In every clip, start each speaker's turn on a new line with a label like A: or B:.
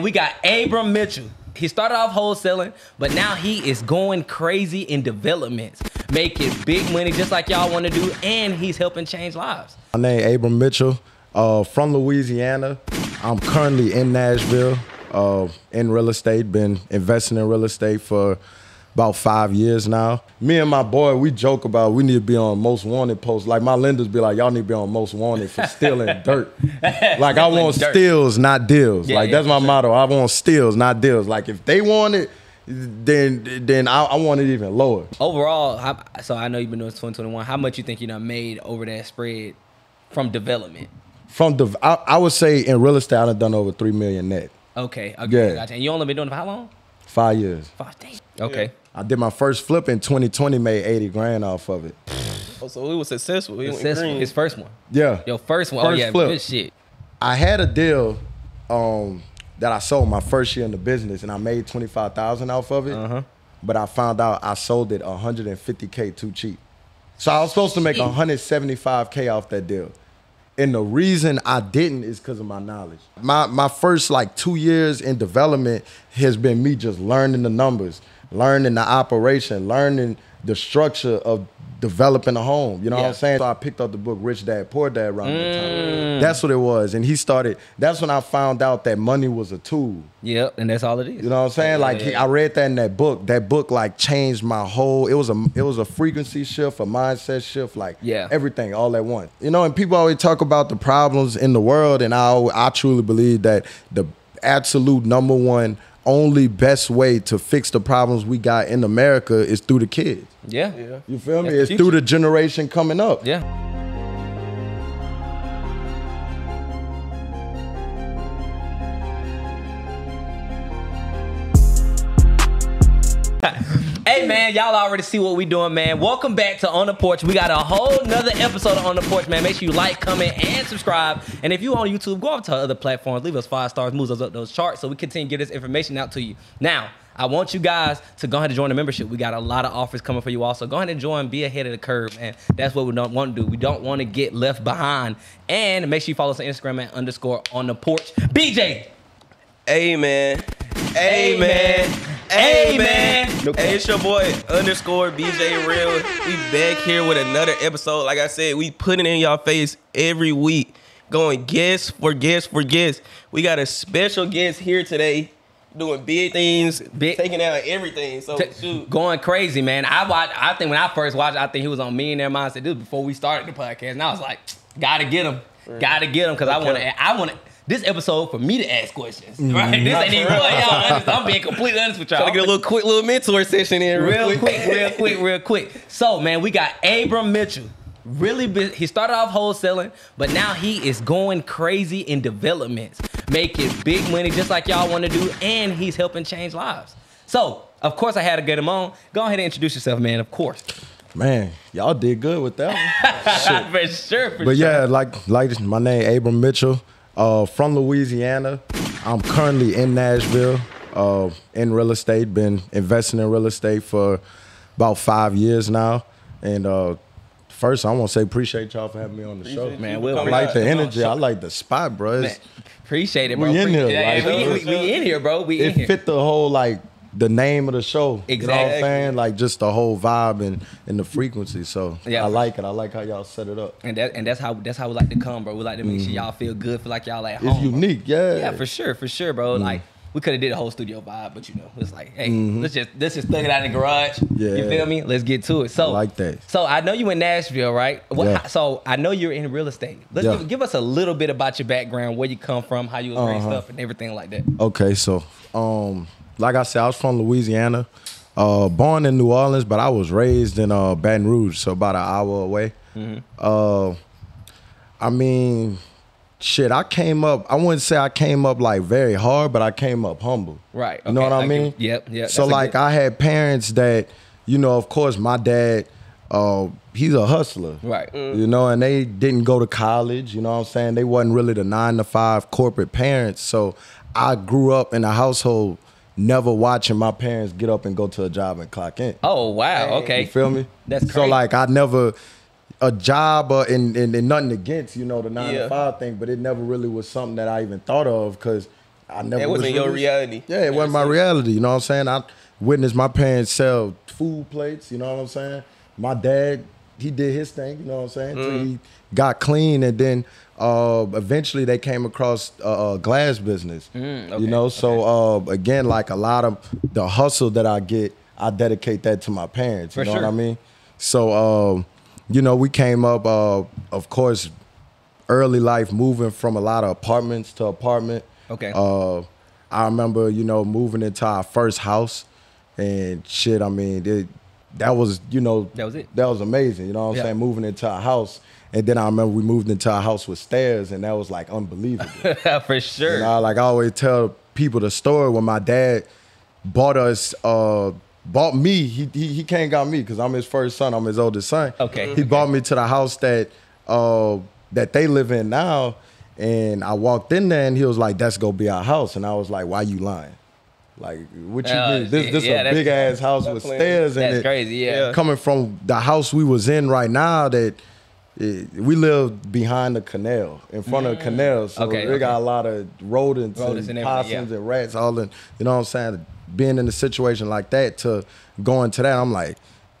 A: We got Abram Mitchell. He started off wholesaling, but now he is going crazy in developments, making big money just like y'all want to do, and he's helping change lives.
B: My name Abram Mitchell, uh, from Louisiana. I'm currently in Nashville, uh, in real estate. Been investing in real estate for about five years now. Me and my boy, we joke about we need to be on most wanted posts. Like my lenders be like, y'all need to be on most wanted for stealing dirt. Like I want
A: dirt.
B: steals, not deals.
A: Yeah,
B: like
A: yeah,
B: that's my motto. I want steals, not deals. Like if they want it, then then I, I want it even lower.
A: Overall, how, so I know you've been doing this 2021. How much you think you done made over that spread from development?
B: From the, I, I would say in real estate, I've done over three million net
A: Okay, okay,
B: Yeah.
A: gotcha. And you only been doing it for how long?
B: five years.
A: Five days. Okay.
B: I did my first flip in 2020, made 80 grand off of it.
C: Oh, so we was successful. We
A: Successful.
C: went green.
A: His first one.
B: Yeah.
A: Your first one. oh
B: First
A: yeah,
B: flip.
A: good shit.
B: I had a deal um, that I sold my first year in the business, and I made twenty five thousand off of it. But I found out I sold it one hundred and fifty k too cheap. So I was supposed to make one hundred seventy five k off that deal, and the reason I didn't is because of my knowledge. My my first like two years in development has been me just learning the numbers, learning the operation, learning the structure of developing a home. You know what
A: Yeah.
B: I'm saying? So I picked up the book Rich Dad Poor Dad around that time. That's what it was. And he started. That's when I found out that money was a tool.
A: Yep, and that's all it is.
B: You know what I'm saying? Like he,
A: yeah.
B: I read that in that book. That book like changed my whole. It was a it was a frequency shift, a mindset shift, like
A: Yeah.
B: everything all at once. You know, and people always talk about the problems in the world, and I al- I truly believe that the absolute number one, only best way to fix the problems we got in America is through the kids.
A: yeah.
C: Yeah.
B: You feel me?
A: That's the
B: It's through the generation coming up.
A: Yeah. Hey man, y'all already see what we doing, man. Welcome back to On the Porch. We got a whole nother episode of On the Porch, man. Make sure you like, comment, and subscribe. And if you on YouTube, go up to our other platforms, leave us five stars, moves us up those charts so we continue to get this information out to you. Now, I want you guys to go ahead and join the membership. We got a lot of offers coming for you all. So go ahead and join, be ahead of the curve, man. That's what we don't want to do. We don't want to get left behind. And make sure you follow us on Instagram at underscore on the porch. BJ,
C: Amen. Amen.
A: Amen.
C: Amen. Hey, it's your boy underscore BJ Real. We back here with another episode. Like I said, we putting in y'all face every week. Going guest for guest for guest. We got a special guest here today doing big things,
A: Big-
C: taking out everything. So
A: t-
C: shoot.
A: going crazy, man. I watch. I think when I first watched, I think he was on Millionaire Mindset. This was before we started the podcast, and I was like, gotta get him, gotta get him, because I want to. I want to. This episode for me to ask questions,
C: Mm,
A: right? This ain't even for y'all. honest. I'm being completely honest with y'all.
C: Gotta get a little quick little mentor session in
A: real quick, real quick, real quick. So, man, we got Abram Mitchell. Really, been, he started off wholesaling, but now he is going crazy in developments, making big money just like y'all want to do, and he's helping change lives. So, of course, I had to get him on. Go ahead and introduce yourself, man. Of course,
B: Man, y'all did good with that. One.
A: for sure. For
B: But
A: sure.
B: yeah, like like my name Abram Mitchell, uh, from Louisiana. I'm currently in Nashville, uh, in real estate. Been investing in real estate for about five years now. And uh, first, I want to say appreciate y'all for having me on the show.
C: Appreciate
A: Man,
C: you
A: we'll-
B: I
C: coming
B: like
C: out.
B: the energy. I like the spot, bro.
A: Man,
B: It's-
A: appreciate it, bro.
B: We in
A: Appreciate-
B: here,
A: Yeah,
B: like,
A: we, we- we in here, bro. We in
B: It
A: here.
B: fit the whole like the name of the show. You know what
A: Exactly.
B: I'm saying? Like just the whole vibe and and the frequency. So
A: Yeah.
B: I like it. I like how y'all set it up.
A: And that and that's how that's how we like to come, bro. We like to make sure y'all feel good, feel like y'all at home.
B: Mm-hmm. It's
A: bro.
B: unique.
A: Oh, Yeah, for sure, for sure, bro.
B: Mm.
A: Like we could have did a whole studio vibe, but you know, it's like, hey, let's just let's just thug it out in the garage. You
B: Mm-hmm. Yeah.
A: feel me? Let's get to it. So
B: I like that.
A: So I know you in Nashville, right? What,
B: Yeah.
A: So I know you're in real estate. Let's
B: Yeah.
A: give, give us a little bit about your background, where you come from, how you was raised
B: Uh-huh.
A: up, and everything like that.
B: Okay, so um, like I said, I was from Louisiana, uh, born in New Orleans, but I was raised in uh, Baton Rouge, so about an hour away.
A: Mm-hmm.
B: Uh, I mean, shit, I came up. I wouldn't say I came up like very hard, but I came up humble.
A: Right,
B: You know
A: okay,
B: what
A: I
B: I
A: get-
B: mean?
A: yep, yep,
B: So
A: that's a
B: like,
A: good-
B: I had parents that, you know, of course, my dad. Uh, he's a hustler
A: Right. Mm.
B: you know and they didn't go to college you know what i'm saying they wasn't really the nine to five corporate parents so i grew up in a household never watching my parents get up and go to a job and clock in
A: Oh wow, okay.
B: you feel me
A: That's
B: so
A: crazy.
B: like i never a job or and, and, and nothing against you know the nine
C: Yeah.
B: to five thing but it never really was something that i even thought of because I never.
C: That wasn't your
B: released.
C: reality.
B: Yeah, it wasn't my reality. You know what I'm saying? I witnessed my parents sell food plates. You know what I'm saying? My dad, he did his thing. You know what I'm saying? Till he got clean, and then uh, eventually they came across uh, uh, glass business.
C: okay,
B: You know, so uh, again, like a lot of the hustle that I get, I dedicate that to my parents.
A: For
B: you know
A: sure.
B: what I mean? So, um, you know, we came up, uh, of course, early life moving from a lot of apartments to apartment.
A: Okay.
B: Uh, I remember, you know, moving into our first house and shit. I mean, it, that was, you know,
A: That was it.
B: That was amazing. You know what I'm
A: Yeah.
B: saying? Moving into a house. And then I remember we moved into a house with stairs, and that was like unbelievable.
A: for sure.
B: And I like I always tell people the story when my dad bought us, uh, bought me. He he, he came and got me because I'm his first son. I'm his oldest son.
A: Okay.
B: He brought me to the house that uh that they live in now, and I walked in there and he was like, "That's gonna be our house," and I was like, "Why you lying?" Like what you
A: Uh,
B: mean? This this
A: yeah,
B: a
A: that's-
B: big ass house
C: that's
B: with
C: plenty.
B: stairs in it.
A: That's crazy. Yeah.
C: Yeah.
B: Coming from the house we was in right now that. eh, we lived behind the canal, in front of the canal, so
A: Mm. Okay,
B: we
A: okay.
B: got a lot of rodents,
A: Rodents and
B: and,
A: everything,
B: possums
A: yeah.
B: and rats, all in. You know what I'm saying? Being in a situation like that to going to that, I'm like,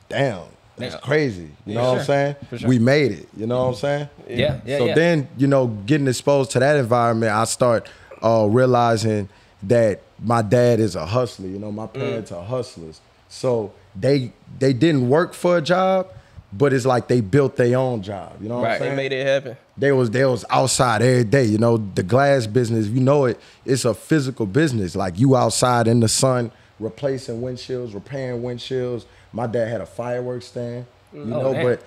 B: damn, that's
A: Yeah.
B: crazy. You know
A: For
B: what
A: sure.
B: I'm saying?
A: For sure.
B: We made it. You know what I'm saying?
A: Yeah, yeah,
B: so
A: yeah.
B: then, you know, getting exposed to that environment, I start uh, realizing that my dad is a hustler. You know, my parents are hustlers. So they they didn't work for a job, but it's like they built their own job. You know what
A: Right. They
B: I'm saying?
C: They made it happen.
B: they was they was outside every day. You know, the glass business, you know it, it's a physical business. Like you outside in the sun, replacing windshields, repairing windshields. My dad had a fireworks stand. You know,
A: damn.
B: but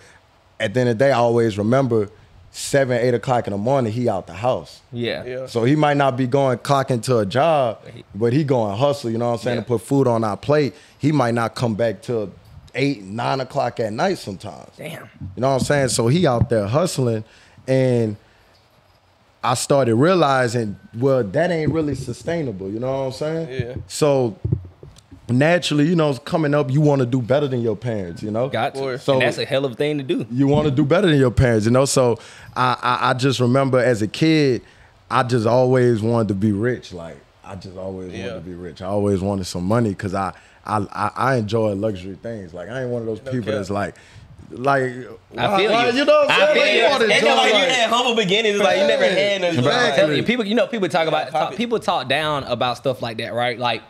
B: at the end of the day, I always remember seven, eight o'clock in the morning, he out the house.
A: Yeah.
C: Yeah.
B: So he might not be going clocking to a job, but he going hustle, you know what I'm saying,
A: Yeah.
B: to put food on our plate. He might not come back till eight, nine o'clock at night sometimes.
A: Damn.
B: You know what I'm saying? So he out there hustling, and I started realizing, well, that ain't really sustainable. You know what I'm saying?
C: Yeah.
B: So naturally, you know, coming up, you want to do better than your parents. You know,
A: Got to.
C: So-
A: and that's a hell of a thing to do.
B: you want to do better than your parents. You know, so I, I I just remember as a kid, I just always wanted to be rich. Like I just always wanted
C: Yeah.
B: to be rich. I always wanted some money because I, I I I enjoy luxury things. Like I ain't one of those people
C: cap.
B: that's like. Like
A: I feel you.
B: know what I'm
A: I
B: saying?
A: feel
B: Like,
A: you.
B: wanna
A: It's
C: Ain't
B: enjoy
C: no like you
B: life.
C: had humble beginnings. Like you never had nothing.
B: Right.
A: I'm
C: Like,
A: telling you,
B: Exactly.
A: people, you know, people talk about
C: pop
A: talk,
C: it.
A: people talk down about stuff like that, right? Like,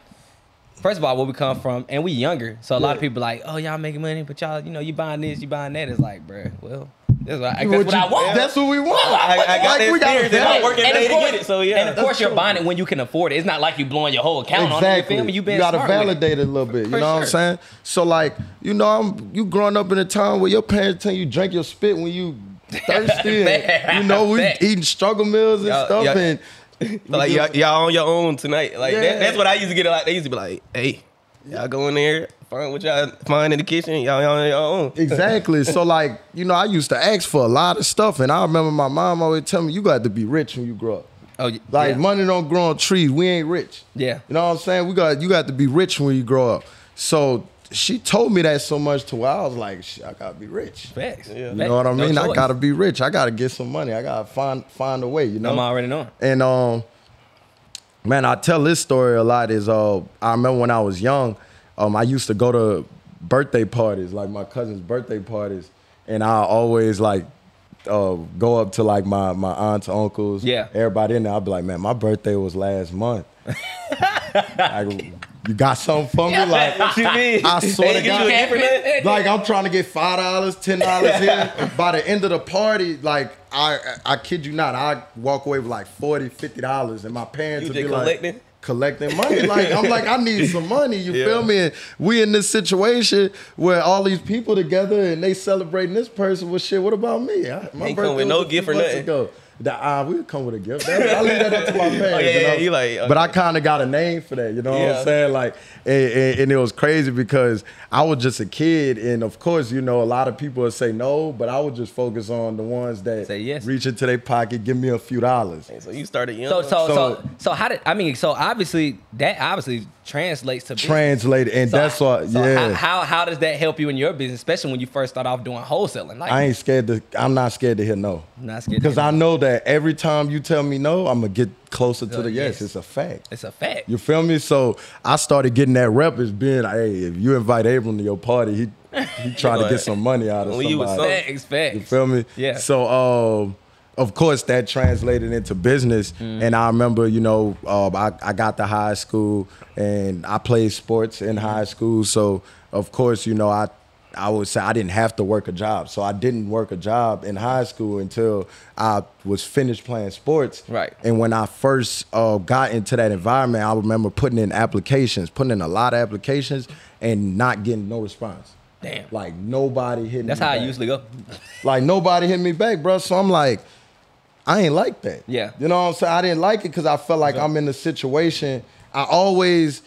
A: first of all, where we come from, and we younger, so a lot of people like, oh, y'all making money, but y'all, you know, you buying this, you buying that. It's like, bruh, well, that's what, I, that's what,
B: you-
A: I want.
B: That's what we want.
C: I, I got
B: Like,
C: that
B: we gotta
C: experience.
B: do
C: And I'm
B: it.
C: working
A: And
C: day
A: of
C: to
A: course,
C: get it. So yeah.
A: and of course, you're
B: true.
A: buying it when you can afford it. It's not like you blowing your whole account on it. You
B: Exactly.
A: feel me? You been
B: gotta
A: smart with it.
B: validate it a little bit. You
A: For
B: know what I'm
A: sure.
B: saying? So like, you know, I'm you growing up in a time where your parents tell you drink your spit when you thirsty.
A: Bet.
B: and, you know, we
A: Bet.
B: eating struggle meals and
C: Y'all-
B: stuff.
C: y'all-
B: and
C: So, like y'all, y'all on your own tonight. Like that,
B: Yeah.
C: that's what I used to get. Like they used to be like, "Hey, y'all go in there, find what y'all find in the kitchen. Y'all, y'all on your own."
B: exactly. So like, you know, I used to ask for a lot of stuff, and I remember my mom always telling me, "You got to be rich when you grow up."
A: Oh, y-
B: Like
A: yeah.
B: money don't grow on trees. We ain't rich.
A: Yeah.
B: You know what I'm saying? We got you got to be rich when you grow up. So she told me that so much to where I was like, "Shit, I gotta be rich.
A: Facts.
C: You
B: You know what I
A: No
B: mean? I
A: choice.
B: gotta be rich. I gotta get some money. I gotta find find a way. You know.
A: I'm already knowing.
B: And um, man, I tell this story a lot. Is uh, I remember when I was young, um, I used to go to birthday parties, like my cousin's birthday parties, and I always like uh go up to like my my aunts, uncles,
A: Yeah.
B: everybody in there. I'd be like, man, my birthday was last month. like, you got something for me? Like,
C: mean?
B: I swear
C: They
B: to
C: get you
B: God.
C: a gift for that?
B: like I'm trying to get five dollars, ten dollars here. By the end of the party, like I, I kid you not, I walk away with like 40 dollars, and my parents
C: You
B: would be
C: just
B: like
C: collecting?
B: collecting money. Like I'm like I need some money. You
C: Yeah.
B: feel me? And we in this situation where all these people together and they celebrating this person. Well, shit, what about me? I, my
C: Ain't come
B: was
C: with no
B: a few
C: gift or
B: months
C: nothing. Oh,
B: Ago. The, uh, we come with a gift. That- I leave that up to my parents.
C: yeah,
B: you
C: yeah,
B: know?
C: you like,
B: But I
C: okay.
B: kind of got a name for that. You know what
C: Yeah.
B: I'm saying? Like, and, and- and it was crazy because I was just a kid, and of course, you know, a lot of people would say no, but I would just focus on the ones that
A: Say yes.
B: reach into their pocket, give me a few dollars.
C: So you started young.
A: So so so
B: So-
A: so how did I mean? So obviously that obviously translates to business.
B: translate, and
A: So
B: that's
A: I-
B: why.
A: so
B: yeah,
A: How, how how does that help you in your business, especially when you first start off doing wholesaling? Like,
B: I ain't scared to. I'm not scared to hear no.
A: Not scared to
B: Because
A: hear
B: I know that every time you tell me no, I'm gonna get closer to
A: Uh,
B: the yes.
A: yes.
B: It's a fact.
A: it's a fact.
B: You feel me? So I started getting that rep as being, hey, if you invite Abram to your party, he he trying to
C: Like,
B: get some money out of
C: when you was
B: somebody.
C: something.
A: Facts, facts.
B: You feel me?
A: Yeah.
B: So, um, of course, that translated into business.
A: Mm.
B: And I remember, you know, um, I, I got to high school and I played sports in
A: Mm-hmm.
B: high school. So, of course, you know, I I would say I didn't have to work a job. So I didn't work a job in high school until I was finished playing sports.
A: Right.
B: And when I first uh, got into that environment, I remember putting in applications, putting in a lot of applications, and not getting no response.
A: Damn.
B: Like nobody hitting.
A: That's
B: me
A: how I
B: back.
A: usually go.
B: Like nobody hit me back, bro. So I'm like, I ain't like that.
A: Yeah.
B: You know what I'm saying? I didn't like it because I felt like I'm in a situation. I always,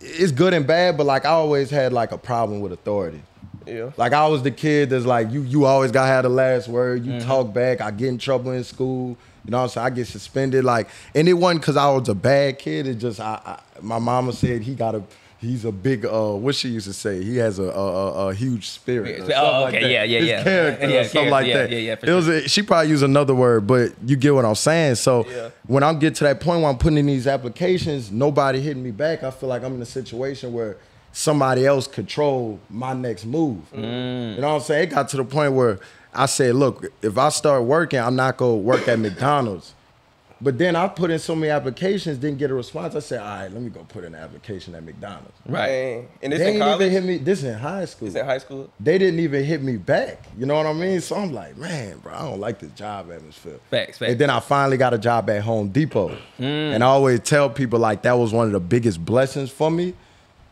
B: it's good and bad, but like I always had like a problem with authority.
C: Yeah.
B: Like I was the kid that's like, you you always gotta have the last word. You talk back. I get in trouble in school. You know what I'm saying? I get suspended. Like, and it wasn't because I was a bad kid. It just I, I my mama said he got a he's a big uh what she used to say he has a a, a, a huge spirit. or
A: Oh,
B: something like
A: okay,
B: that.
A: yeah, yeah,
B: His
A: yeah.
B: Character
A: Yeah,
B: or something like
A: character,
B: that.
A: yeah, yeah, yeah, for
B: It was a, she probably used another word, but you get what I'm saying. So
C: Yeah.
B: when I get to that point where I'm putting in these applications, nobody hitting me back. I feel like I'm in a situation where somebody else control my next move.
A: Mm.
B: You know what I'm saying? It got to the point where I said, look, if I start working, I'm not gonna work at McDonald's. But then I put in so many applications, didn't get a response. I said, all right, let me go put in an application at McDonald's.
A: Right.
C: Dang. And
B: They
C: this in
B: didn't even
C: college.
B: hit me. This in high school
C: This in high school.
B: they didn't even hit me back. You know what I mean? So I'm like, man, bro, I don't like this job atmosphere.
A: Facts, facts.
B: And then I finally got a job at Home Depot.
C: Mm.
B: And I always tell people like that was one of the biggest blessings for me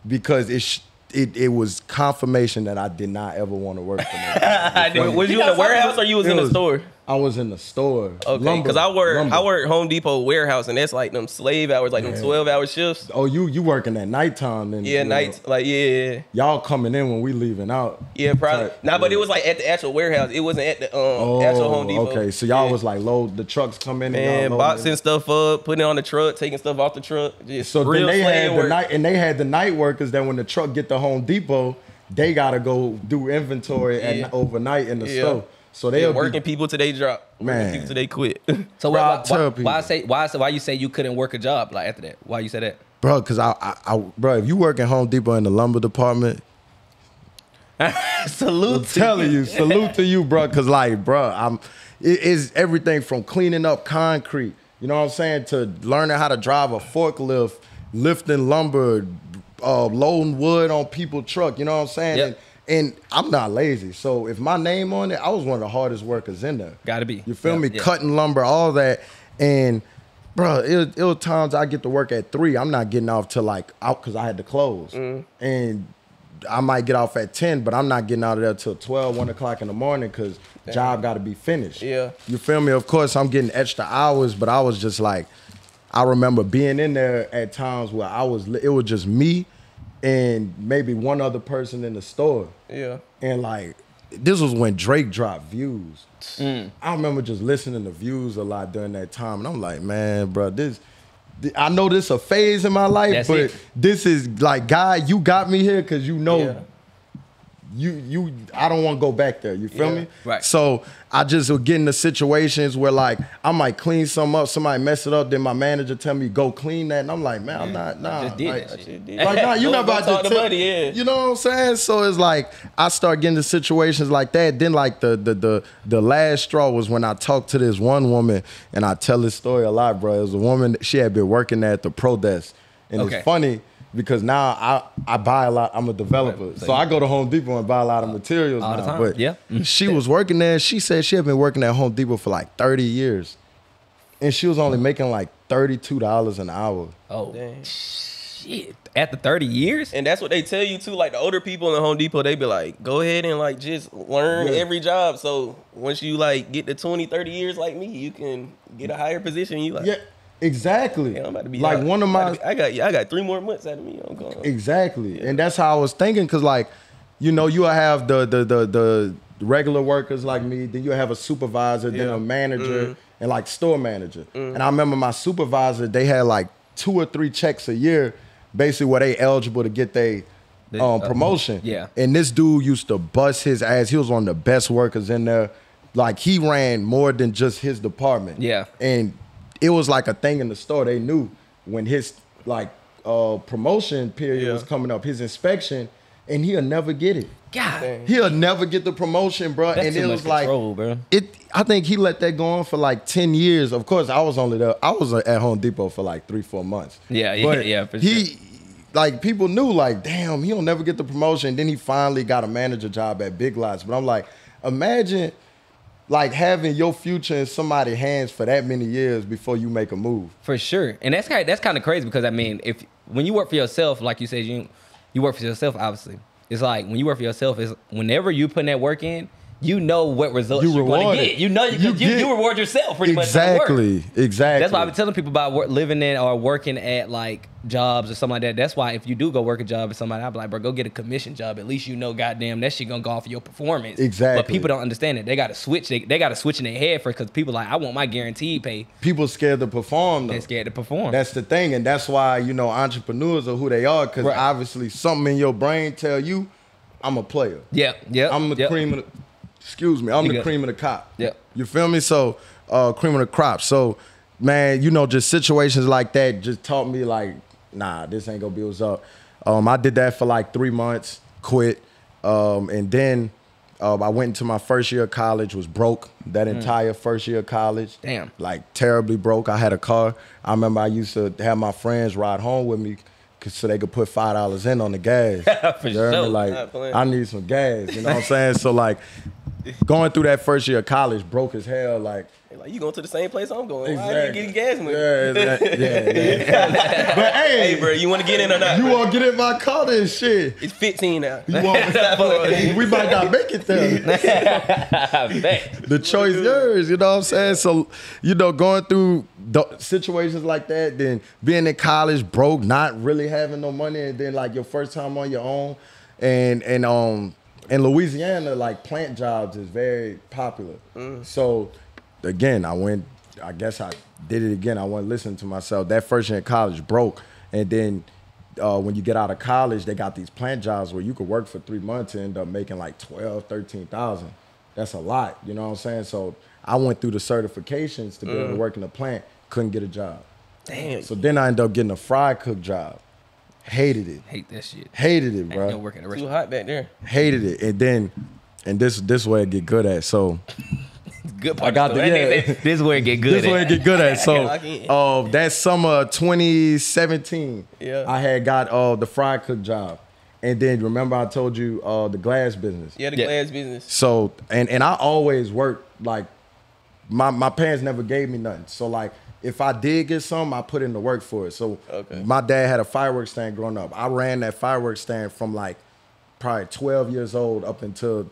B: because it sh- it, it was confirmation that I did not ever want to work for them.
A: I
C: Wait,
A: did.
C: was you in the warehouse or you was
B: It
C: in the
B: was-
C: store?
B: I was in the store.
C: Okay,
B: lumber-
C: because I work
B: lumber.
C: I work Home Depot warehouse, and that's like them slave hours, like them twelve hour shifts.
B: Oh, you you working at nighttime then? you
C: Yeah,
B: know.
C: nights like yeah, yeah, yeah.
B: Y'all coming in when we leaving out.
C: yeah, probably.
B: Type-
C: Nah, but
B: yeah.
C: it was like at the actual warehouse. It wasn't at the um
B: Oh,
C: actual Home Depot.
B: okay. So y'all
C: Yeah.
B: was like load the trucks come in and y'all
C: man
B: loading it.
C: boxing stuff up, putting it on the truck, taking stuff off the truck. Just
B: So then
C: real
B: they
C: slave
B: had the
C: work.
B: night, and they had the night workers that when the truck get to Home Depot, they gotta go do inventory
C: Yeah.
B: and overnight in the
C: Yeah.
B: store. So
C: Yeah,
B: they'll
C: working
B: be,
C: people till they drop.
B: Man.
C: Working people till they quit.
A: So
B: Bro, I
A: why, why,
B: tell
A: why, why
B: people.
A: say why why you say you couldn't work a job like after that? Why you say that?
B: bro. Cause I, I, I, bro, if you work at Home Depot in the lumber department,
A: Salute. to
B: telling you, salute to you, bro. Cause like, bro, I'm it is everything from cleaning up concrete, you know what I'm saying, to learning how to drive a forklift, lifting lumber, uh, loading wood on people truck. You know what I'm saying?
A: Yep.
B: And, and I'm not lazy, so if my name on it, I was one of the hardest workers in there.
A: Gotta be.
B: You feel
A: Yeah,
B: me?
A: yeah.
B: Cutting lumber, all that, and. Bro, it, it was times I get to work at three. I'm not getting off till like out because I had to close. And I might get off at 10, but I'm not getting out of there till 12, 1 o'clock in the morning because job got to be finished.
C: Yeah.
B: You feel me? Of course, I'm getting extra hours, but I was just like, I remember being in there at times where I was, it was just me and maybe one other person in the store.
C: yeah.
B: And like, this was when Drake dropped views.
C: Mm.
B: I remember just listening to views a lot during that time, and I'm like, man, bro, this. th- I know this a phase in my life,
A: That's
B: but
A: it.
B: this is like God, you got me here because you know
C: Yeah.
B: you you I don't want to go back there. You feel
C: Yeah.
B: me?
A: Right.
B: So I just would get into situations where like I might clean some up, somebody mess it up, then my manager tell me go clean that, and I'm like, man, I'm not nah.
A: just did
B: like,
A: that shit.
C: did
B: like,
C: that.
B: nah, you
C: Go-
B: not
C: go
B: about
C: talk
B: to
C: to
B: tell-
C: buddy, yeah.
B: You know what I'm saying? So it's like I start getting to situations like that. Then like the the the the last straw was when I talked to this one woman, and I tell this story a lot, bro. It was a woman she had been working there at the pro desk, and
A: Okay.
B: it's funny. Because now I, I buy a lot. I'm a developer, so I go to Home Depot and buy a lot of materials
A: All the
B: now.
A: time,
B: But
A: yeah.
B: she was working there. She said she had been working at Home Depot for like 30 years, and she was only making like 32 dollars an hour.
A: Oh
C: Dang.
A: shit! After thirty years,
C: And that's what they tell you too. Like the older people in Home Depot, they be like, go ahead and like just learn
B: Yeah.
C: every job. So once you like get to 20, 30 years like me, you can get a higher position. You like,
B: Yeah, exactly.
C: "Man, I'm about to be
B: like
C: out.
B: one of
C: I'm
B: my
C: about to be- I got yeah, I got three more months out of me. I'm going.
B: Exactly. And that's how I was thinking, cause like, you know, you'll have the the the the regular workers like me, then you'll have a supervisor, then
C: Yeah.
B: a manager,
A: Mm-hmm.
B: and like store manager. And I remember my supervisor, they had like two or three checks a year basically where they eligible to get they
A: They-
B: um,
A: uh,
B: promotion.
A: yeah.
B: And this dude used to bust his ass. He was one of the best workers in there. Like he ran more than just his department.
A: Yeah.
B: And it was like a thing in the store. They knew when his like uh, promotion period
C: Yeah.
B: was coming up, his inspection, and he'll never get it.
A: God,
B: He'll never get the promotion, bro.
A: that's
B: and
A: too
B: it
A: much
B: was like
A: control, bro.
B: it I think he let that go on for like 10 years. Of course, I was only there. I was at Home Depot for like three, four months.
A: Yeah, yeah, yeah, for
B: he
A: sure.
B: like people knew, like, damn, he'll never get the promotion. Then he finally got a manager job at Big Lots. But I'm like, imagine like having your future in somebody's hands for that many years before you make a move.
A: For sure, and that's kind that's kind of crazy because I mean, if when you work for yourself, like you said, you you work for yourself. Obviously, it's like when you work for yourself, is whenever you putting that work in, you know what results
B: You
A: you are going
B: reward
A: to
B: it.
A: get. You know, you,
B: You
A: you, you,
B: get-
A: reward yourself pretty much. for the work.
B: Exactly. Exactly.
A: That's why I've been telling people about work, living in or working at like jobs or something like that. That's why if you do go work a job or somebody, I'll be like, bro, go get a commission job. At least you know, goddamn, that shit gonna go off of your performance.
B: Exactly.
A: But people don't understand it. They got to switch. They, they got to switch in their head first because people like, I want my guaranteed pay.
B: people scared to perform though.
A: They're scared to perform.
B: That's the thing, and that's why you know entrepreneurs are who they are because
A: Right.
B: obviously something in your brain tell you, I'm a player.
A: yeah, yeah.
B: I'm the
A: yeah.
B: cream of the, excuse me, I'm
A: You
B: the
A: got-
B: cream of the cop.
A: Yeah.
B: You feel me? So, uh, cream of the crop. So, man, you know, just situations like that just taught me like, nah, this ain't gonna be what's up. Um, I did that for like three months, quit, um, and then um, I went into my first year of college, was broke that entire first year of college.
A: Mm. Damn.
B: Like terribly broke. I had a car. I remember I used to have my friends ride home with me. 'cause- So they could put five dollars in on the gas.
A: For
B: You heard me?
A: sure.
B: Like
C: Not playing.
B: I need some gas. You know what I'm saying? So like going through that first year of college broke as hell. Like
C: Like you going to the same place I'm going. Why are you getting gas money?
B: Yeah, exact- yeah, yeah. but hey,
C: Hey, bro, you want to get in or not?
B: you
C: bro?
B: want to get in my car and shit?
C: It's 15 now.
B: You want, we might not make it there.
A: I bet.
B: The choice yours. You know what I'm saying? So you know, going through the situations like that, then being in college, broke, not really having no money, and then like your first time on your own, and and um in Louisiana, like plant jobs is very popular. So again, I went. I guess I did it again. I wasn't listening to myself. That first year in college broke, and then uh, when you get out of college, they got these plant jobs where you could work for three months and end up making like 12, 13,000. That's a lot. You know what I'm saying? So I went through the certifications to be
A: Mm.
B: able to work in the plant, couldn't get a job.
C: Damn.
B: So then I ended up getting a fry cook job. Hated it.
A: Hate that shit.
B: Hated it,
A: Ain't no
B: bro.
A: work at a
C: Too
A: restaurant.
C: hot back there.
B: Hated it. And then, and this this way I get good at. So
A: Good part.
B: I got
A: of
B: the-
A: story.
B: yeah.
A: This- This is where it get good.
B: this
A: at.
B: way I get good at. So
C: Lock in.
B: uh, that summer of 2017,
C: Yeah.
B: I had got uh, the fry cook job. And then remember I told you uh, the glass business.
C: Yeah, the
A: Yeah.
C: glass business.
B: So and and I always worked like my my parents never gave me nothing. So like if I did get some, I put in the work for it. So
C: Okay.
B: my dad had a fireworks stand growing up. I ran that fireworks stand from like probably 12 years old up until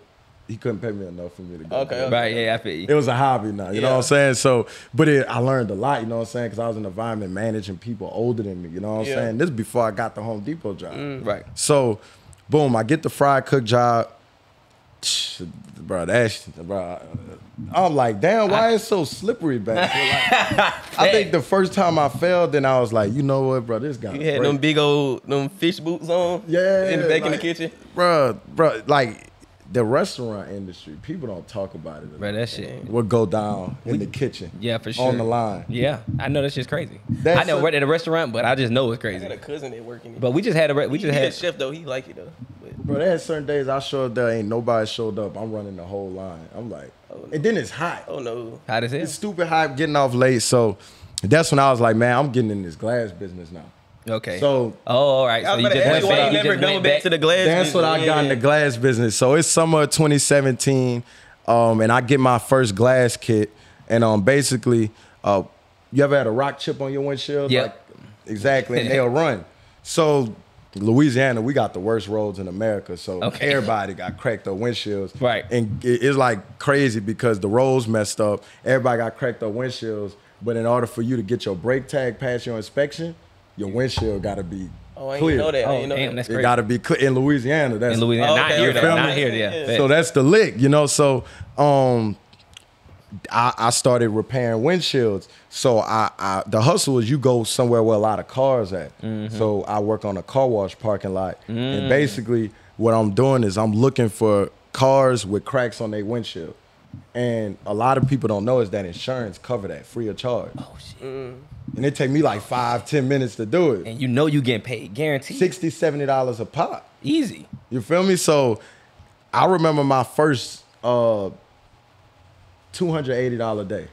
B: he couldn't pay me enough for me to go.
C: Okay.
A: Right. Yeah, I feel you.
B: It was a hobby now, you know
C: Yeah.
B: what I'm saying? So, but it, I learned a lot, you know what I'm saying? Because I was in an environment managing people older than me, you know what I'm
C: Yeah. Mm,
B: saying? This is before I got the Home Depot job.
A: Right.
B: So, boom, I get the fried cook job. Bro, that's bro. I'm like, damn, why it's so slippery back here? Like, I think the first time I failed, then I was like, you know what, bro, this guy.
C: You had them big old them fish boots on.
B: Yeah,
C: In the back in the
B: like-
C: kitchen.
B: bro, bro, like the restaurant industry, people don't talk about it.
A: Bro, that shit.
B: What go down in the kitchen?
A: Yeah, for sure.
B: On the line.
A: Yeah, I know that's just crazy. I
B: That's
A: never
B: a-
A: worked at a restaurant, but I just know it's
C: I
A: crazy.
C: got a cousin that working.
A: But we just had a re- we
C: he,
A: just
C: he a
A: had
C: chef though. He like it though. But
B: Bro, they had certain days I showed up there, ain't nobody showed up. I'm running the whole line. I'm like,
C: no.
B: and then it's hot.
C: oh no.
A: how does
B: It's
A: it?
B: stupid hype getting off late. So that's when I was like, man, I'm getting in this glass business now.
A: Okay.
B: So-
A: oh, all right. So
C: I was
A: you
C: about
A: just
C: to ask
A: went
C: you why
A: back.
C: you
A: You
C: never
A: just
C: go
A: went
C: back to the glass
B: That's what I
C: business.
B: got in the
C: Yeah.
B: glass business. So it's summer of 2017, um, and I get my first glass kit, and um, basically, uh, you ever had a rock chip on your windshield?
A: Yep.
B: exactly, and they'll run. So Louisiana, we got the worst roads in America, so
A: Okay.
B: everybody got cracked up windshields.
A: Right.
B: and it- it's like crazy because the roads messed up. Everybody got cracked up windshields, but in order for you to get your brake tag past your inspection, your windshield got to be
C: Oh, I
B: clear.
C: didn't know that. I
A: Oh,
C: didn't know
A: damn, that's
B: It
A: crazy.
B: got to be clear in Louisiana. That's
A: in Louisiana.
C: Oh,
A: not
C: okay,
A: here,
C: okay.
A: though. Not
B: Family.
A: here. Yeah.
B: so that's the lick, you know. So um, I, I started repairing windshields. So I, I the hustle is you go somewhere where a lot of cars at.
A: Mm-hmm.
B: So I work on a car wash parking lot,
A: Mm.
B: and basically what I'm doing is I'm looking for cars with cracks on their windshield. And a lot of people don't know is that insurance cover that free of charge. Oh shit! And it take me like five, ten minutes to do it.
A: And you know you getting paid guaranteed.
B: 60 dollars a pop.
A: Easy.
B: You feel me? So I remember my first uh $280 day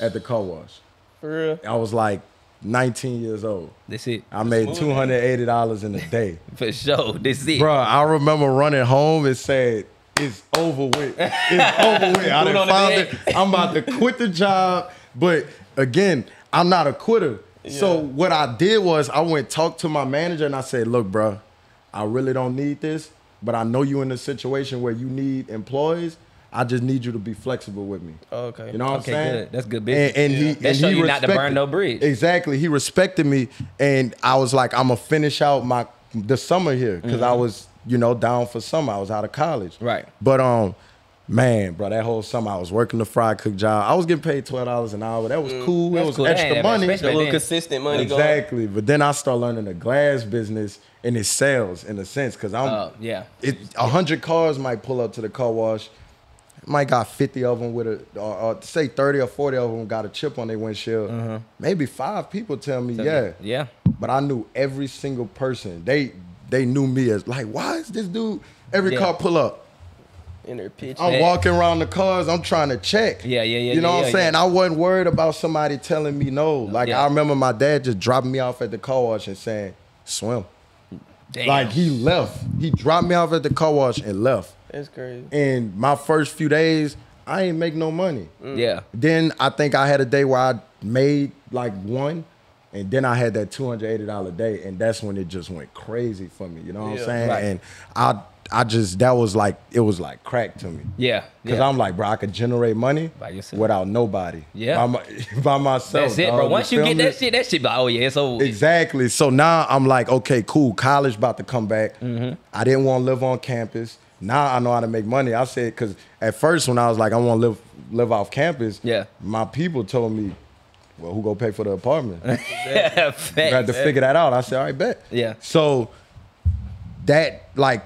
B: at the car wash.
C: For real.
B: I was like 19 years old.
A: That's it.
B: I made $280 in a day.
A: For sure. That's it.
B: Bruh, I remember running home and said, it's over with. It's over with. I
A: Put it on
B: done
A: the
B: found
A: bed.
B: it. I'm about to quit the job. But again, I'm not a quitter. So
C: Yeah.
B: what I did was I went talk to my manager and I said, look, bro, I really don't need this, but I know you in a situation where you need employees. I just need you to be flexible with me.
C: Okay.
B: You know what
A: Oh, Okay,
B: I'm saying?
A: good. That's good
B: And,
A: business.
B: and he,
A: That
B: and
A: show
B: he
A: you not to burn
B: respected-
A: no bridge.
B: Exactly. He respected me, and I was like, I'm gonna finish out my the summer here because I was, you know, down for summer. I was out of college.
A: Mm-hmm. Right.
B: But um, man, bro, that whole summer I was working the fried cook job. I was getting paid twelve dollars an hour. That was cool. That
A: Mm, That's
B: was
A: cool. That
B: extra
A: ain't that
B: money.
A: much,
C: A little
A: Then-
C: consistent money going.
B: Exactly. But then I start learning the glass business and its sales in a sense because I'm
A: Uh, yeah.
B: it a hundred cars might pull up to the car wash. Might got fifty of them with a, or, or say thirty or forty of them got a chip on their windshield. Maybe five people tell me, yeah,
A: Yeah.
B: But I knew every single person. They they knew me as like, why is this dude? Every
A: Yeah.
B: car pull up.
C: In their pitch.
B: I'm
A: Yeah.
B: walking around the cars. I'm trying to check.
A: Yeah, yeah, yeah,
B: You know
A: yeah,
B: what
A: yeah,
B: I'm saying?
A: yeah.
B: I wasn't worried about somebody telling me no. Like
A: Yeah.
B: I remember my dad just dropping me off at the car wash and saying, swim.
A: Damn.
B: Like he left. He dropped me off at the car wash and left.
C: That's crazy.
B: And my first few days, I ain't make no money.
A: yeah.
B: Then I think I had a day where I made like one, and then I had that two hundred eighty dollar day, and that's when it just went crazy for me. You know what
C: Yeah.
B: I'm saying?
A: Right.
B: And I, I just that was like it was like crack to me.
A: Yeah.
B: Cause
A: yeah.
B: I'm like, bro, I could generate money
A: By yourself.
B: without nobody.
A: Yeah.
B: by, my, by myself.
A: That's it, bro.
B: dog.
A: Once you
B: feel
A: get
B: me?
A: that shit, that shit be like, oh yeah, it's over. with.
B: Exactly. So now I'm like, okay, cool. College about to come back.
A: Mm-hmm.
B: I didn't want to live on campus. Now I know how to make money. I said because at first when I was like, I want to live live off campus.
A: Yeah.
B: My people told me, well, who go pay for the apartment? I
A: Yeah,
B: had
A: facts.
B: to figure that out. I said, all right, bet.
A: Eh, Yeah.
B: So that like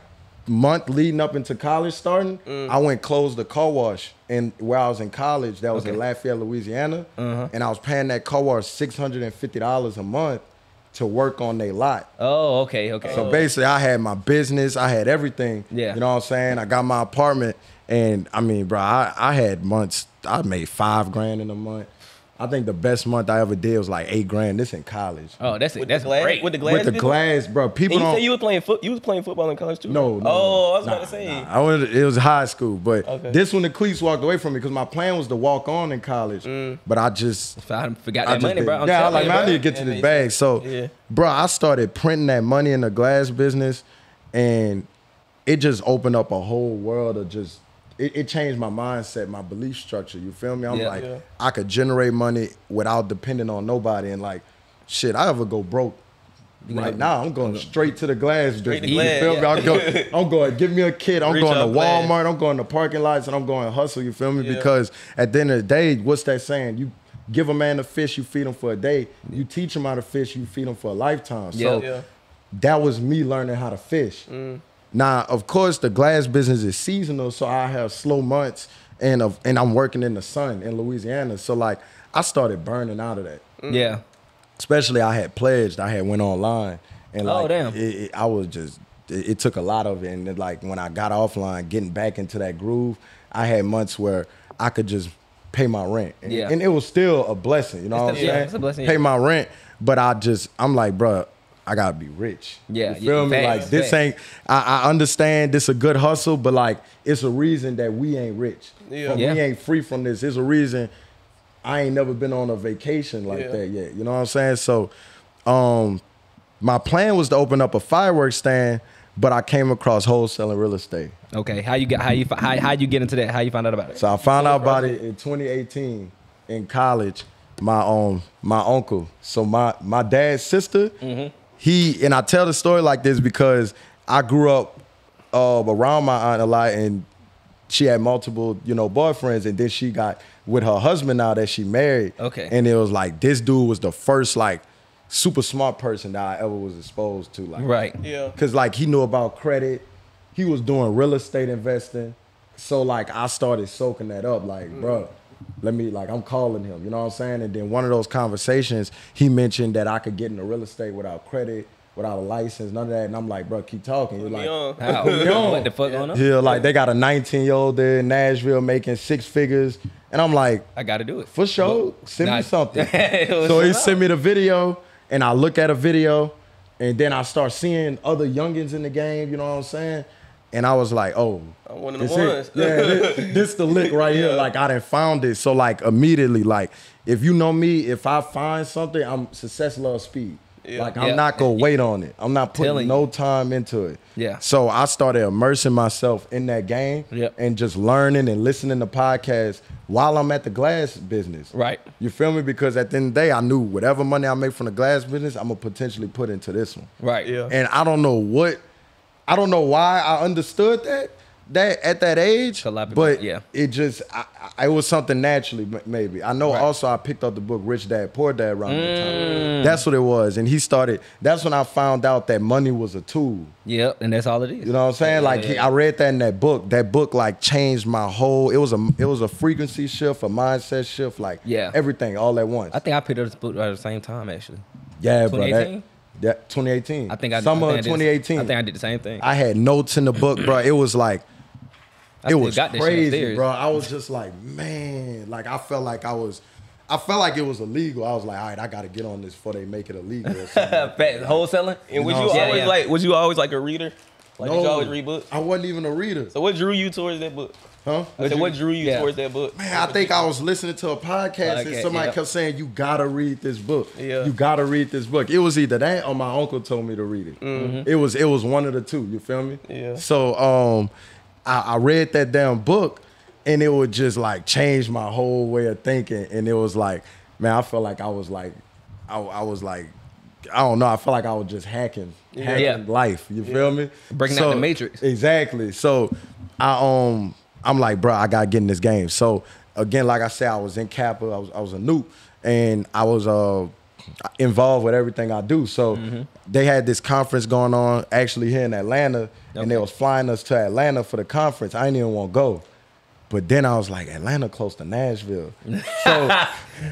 B: month leading up into college starting,
A: Mm.
B: I went closed the car wash and where I was in college, that was in
A: Okay. Uh-huh.
B: Lafayette, Louisiana, and I was paying that car wash six hundred and fifty dollars a month to work on their lot.
A: Oh, okay, okay.
B: So basically, I had my business, I had everything.
A: Yeah.
B: you know what I'm saying. I got my apartment, and I mean, bro, I, I had months. I made five grand in a month. I think the best month I ever did was like eight grand. This in college.
A: oh, that's it.
C: With
A: That's
C: the glass,
A: great.
C: With the glass.
B: With the
C: business?
B: glass, bro. People
C: And you
B: don't.
C: say you was playing foot. You was playing football in college too.
B: No,
C: right?
B: no.
C: Oh, I was
B: nah,
C: about to say.
B: nah. I was, it was high school, but
C: Okay.
B: this when the cleats walked away from me because my plan was to walk on in college,
C: Mm.
B: but I just.
A: I forgot
B: I
A: that
B: just
A: money,
B: didn't.
A: bro. I'm
B: yeah, I
A: telling
B: like
A: you,
B: man, I
A: bro.
B: need to get to
C: Yeah,
B: this
C: makes
B: bag. So,
C: Yeah.
B: bro, I started printing that money in the glass business, and it just opened up a whole world of just. It, it changed my mindset, my belief structure. You feel me? I'm
A: Yeah.
B: like,
C: Yeah.
B: I could generate money without depending on nobody, and like, shit, I ever go broke. Right now, I'm going straight to the glass
C: Straight
B: business.
C: to
B: You
C: glass,
B: feel me?
C: yeah.
B: I'm going, I'm going, give me a kid. I'm
C: Reach
B: going
C: out
B: to
C: glass.
B: Walmart. I'm going to parking lots and I'm going to hustle. You feel me?
C: Yeah.
B: Because at the end of the day, what's that saying? You give a man a fish, you feed him for a day. You teach him how to fish, you feed him for a lifetime. So
A: Yeah.
C: Yeah.
B: that was me learning how to fish. Now, of course, the glass business is seasonal, so I have slow months and of and I'm working in the sun in Louisiana. So like I started burning out of that
A: Yeah.
B: especially I had pledged, I had went online, and
A: Oh,
B: like
A: damn.
B: It, it- I was just it, it took a lot of it, and then, like when I got offline, getting back into that groove, I had months where I could just pay my rent, and,
A: Yeah.
B: and it was still a blessing, you know what I'm
A: still- yeah,
B: saying?
A: it's a blessing,
B: Pay
A: yeah.
B: my rent, but I just I'm like, bruh, I gotta be rich.
A: Yeah,
B: you feel
A: yeah,
B: me?
A: facts,
B: like this
A: facts.
B: ain't. I, I understand this a good hustle, but like it's a reason that we ain't rich.
C: Yeah.
B: Or
A: Yeah.
B: We ain't free from this. It's a reason I ain't never been on a vacation like
C: Yeah.
B: that yet. You know what I'm saying? So, um, my plan was to open up a fireworks stand, but I came across wholesaling real estate.
A: Okay. How you get? How you? fi- How how you get into that? How you find out about it?
B: So I found out about it in 2018 in college. My um my uncle, so my my dad's sister,
A: Mm-hmm.
B: he and I tell um, the story like this because I grew up uh, around my aunt a lot, and she had multiple, you know, boyfriends, and then she got with her husband now that she married.
A: Okay.
B: And it was like this dude was the first like super smart person that I ever was exposed to. Like
A: Right.
C: Yeah.
B: Cause like he knew about credit. He was doing real estate investing. So like I started soaking that up. Like, bro, let me like I'm calling him. You know what I'm saying? And then one of those conversations, he mentioned that I could get into real estate without credit, without a license, none of that. And I'm like, bro, keep talking. He was like,
C: Young.
A: How? What the fuck on up?
B: yeah, like they got a 19 year old there in Nashville making six figures. And I'm like,
A: I got to do it.
B: for sure, send
A: nah.
B: me something. so
A: What's
B: he
A: up?
B: sent me the video, and I look at a video, and then I start seeing other youngins in the game. You know what I'm saying? And I was like, oh,
C: I'm one of the
B: this it.
C: ones.
B: Yeah, this, this the lick right here. Like I done found it. So like immediately, like if you know me, if I find something, I'm success love speed. Like I'm
A: Yeah.
B: not gonna wait on it. I'm not
A: Telling
B: putting
A: you.
B: no time into it.
A: Yeah.
B: So I started immersing myself in that game
A: Yep.
B: and just learning and listening to podcasts while I'm at the glass business.
A: Right.
B: You feel me? Because at the end of the day, I knew whatever money I make from the glass business, I'm gonna potentially put into this one.
A: Right.
C: Yeah.
B: And I don't know what, I don't know why I understood that that at that age,
A: a lot of
B: but
A: people- yeah.
B: it just I, I, it was something naturally m- maybe. I know also I picked up the book Rich Dad Poor Dad around
A: Mm.
B: that time. That's what it was, and he started. That's when I found out that money was a tool.
A: Yep. And that's all it is.
B: You know what I'm saying? like he, I read that in that book. That book like changed my whole. It was a it was a frequency shift, a mindset shift, like
A: Yeah.
B: everything all at once.
A: I think I picked up this book right at the same time, actually.
B: yeah, bro.
A: 2018?
B: That, that 2018.
A: I think I
B: summer
A: I
B: of
A: think I did the-
B: 2018.
A: I think I did the same thing.
B: I had notes in the book, bro. It was like
A: I
B: it
A: still
B: was
A: got this shit
B: crazy,
A: upstairs.
B: bro. I was just like, man, like I felt like I was, I felt like it was illegal. I was like, all right, I got to get on this before they make it illegal. Or something.
A: Uh, fact, wholesaling.
C: And was
B: No.
C: you
A: Yeah,
C: always
A: yeah.
C: like? Was you always like a reader? Like did you
B: No.
C: always read books?
B: I wasn't even a reader,
C: So what drew you towards that book?
B: huh?
C: I said, what drew you
A: Yeah.
C: towards that book?
B: Man, I think I was listening to a podcast and
A: Podcast,
B: somebody
A: yeah.
B: kept saying, "You gotta read this book.
C: Yeah.
B: You gotta read this book." It was either that or my uncle told me to read it.
A: Mm-hmm.
B: It was it was one of the two. You feel me?
C: Yeah.
B: So um, I, I read that damn book, and it would just like change my whole way of thinking. And it was like, man, I felt like I was like, I, I was like, I don't know. I felt like I was just hacking, hacking
A: Yeah.
B: life. You feel me?
A: Breaking out the matrix.
B: Exactly. So I um I'm like, bro, I gotta get in this game. So again, like I said, I was in Kappa, I was I was a noob, and I was uh involved with everything I do. So
A: Mm-hmm.
B: they had this conference going on actually here in Atlanta, and they was flying us to Atlanta for the conference. I didn't even want to go. But then I was like, Atlanta close to Nashville. So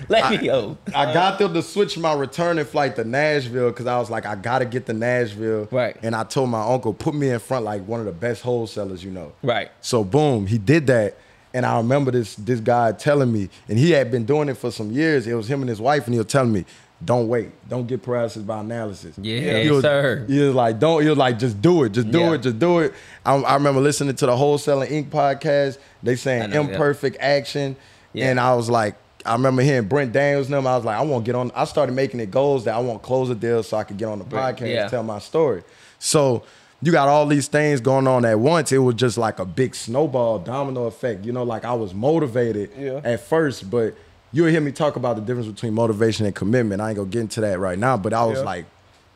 A: Let me oh. go.
B: I got them to switch my returning flight to Nashville because I was like, I gotta get to Nashville.
A: Right.
B: And I told my uncle, put me in front like one of the best wholesalers, you know.
A: Right.
B: So boom, he did that. And I remember this this guy telling me, and he had been doing it for some years. It was him and his wife, and he was telling me, don't wait. Don't get paralysis by analysis.
A: Yes,
B: He was-
A: sir.
B: He was like, don't, he was like, just do it. Just do
A: Yeah.
B: it. Just do it. I, I remember listening to the Wholesaling Inc. podcast. They
A: I
B: saying
A: know, yeah.
B: imperfect action.
A: Yeah.
B: And I was like, I remember hearing Brent Daniels and them. I was like, I want to get on. I started making it goals that I want to close a deal so I could get on the
A: Right,
B: podcast
A: yeah.
B: and tell my story. So you got all these things going on at once. It was just like a big snowball domino effect. You know, like I was motivated
C: Yeah.
B: at first, but you'll hear me talk about the difference between motivation and commitment. I ain't gonna get into that right now, but I was
C: Yeah.
B: like,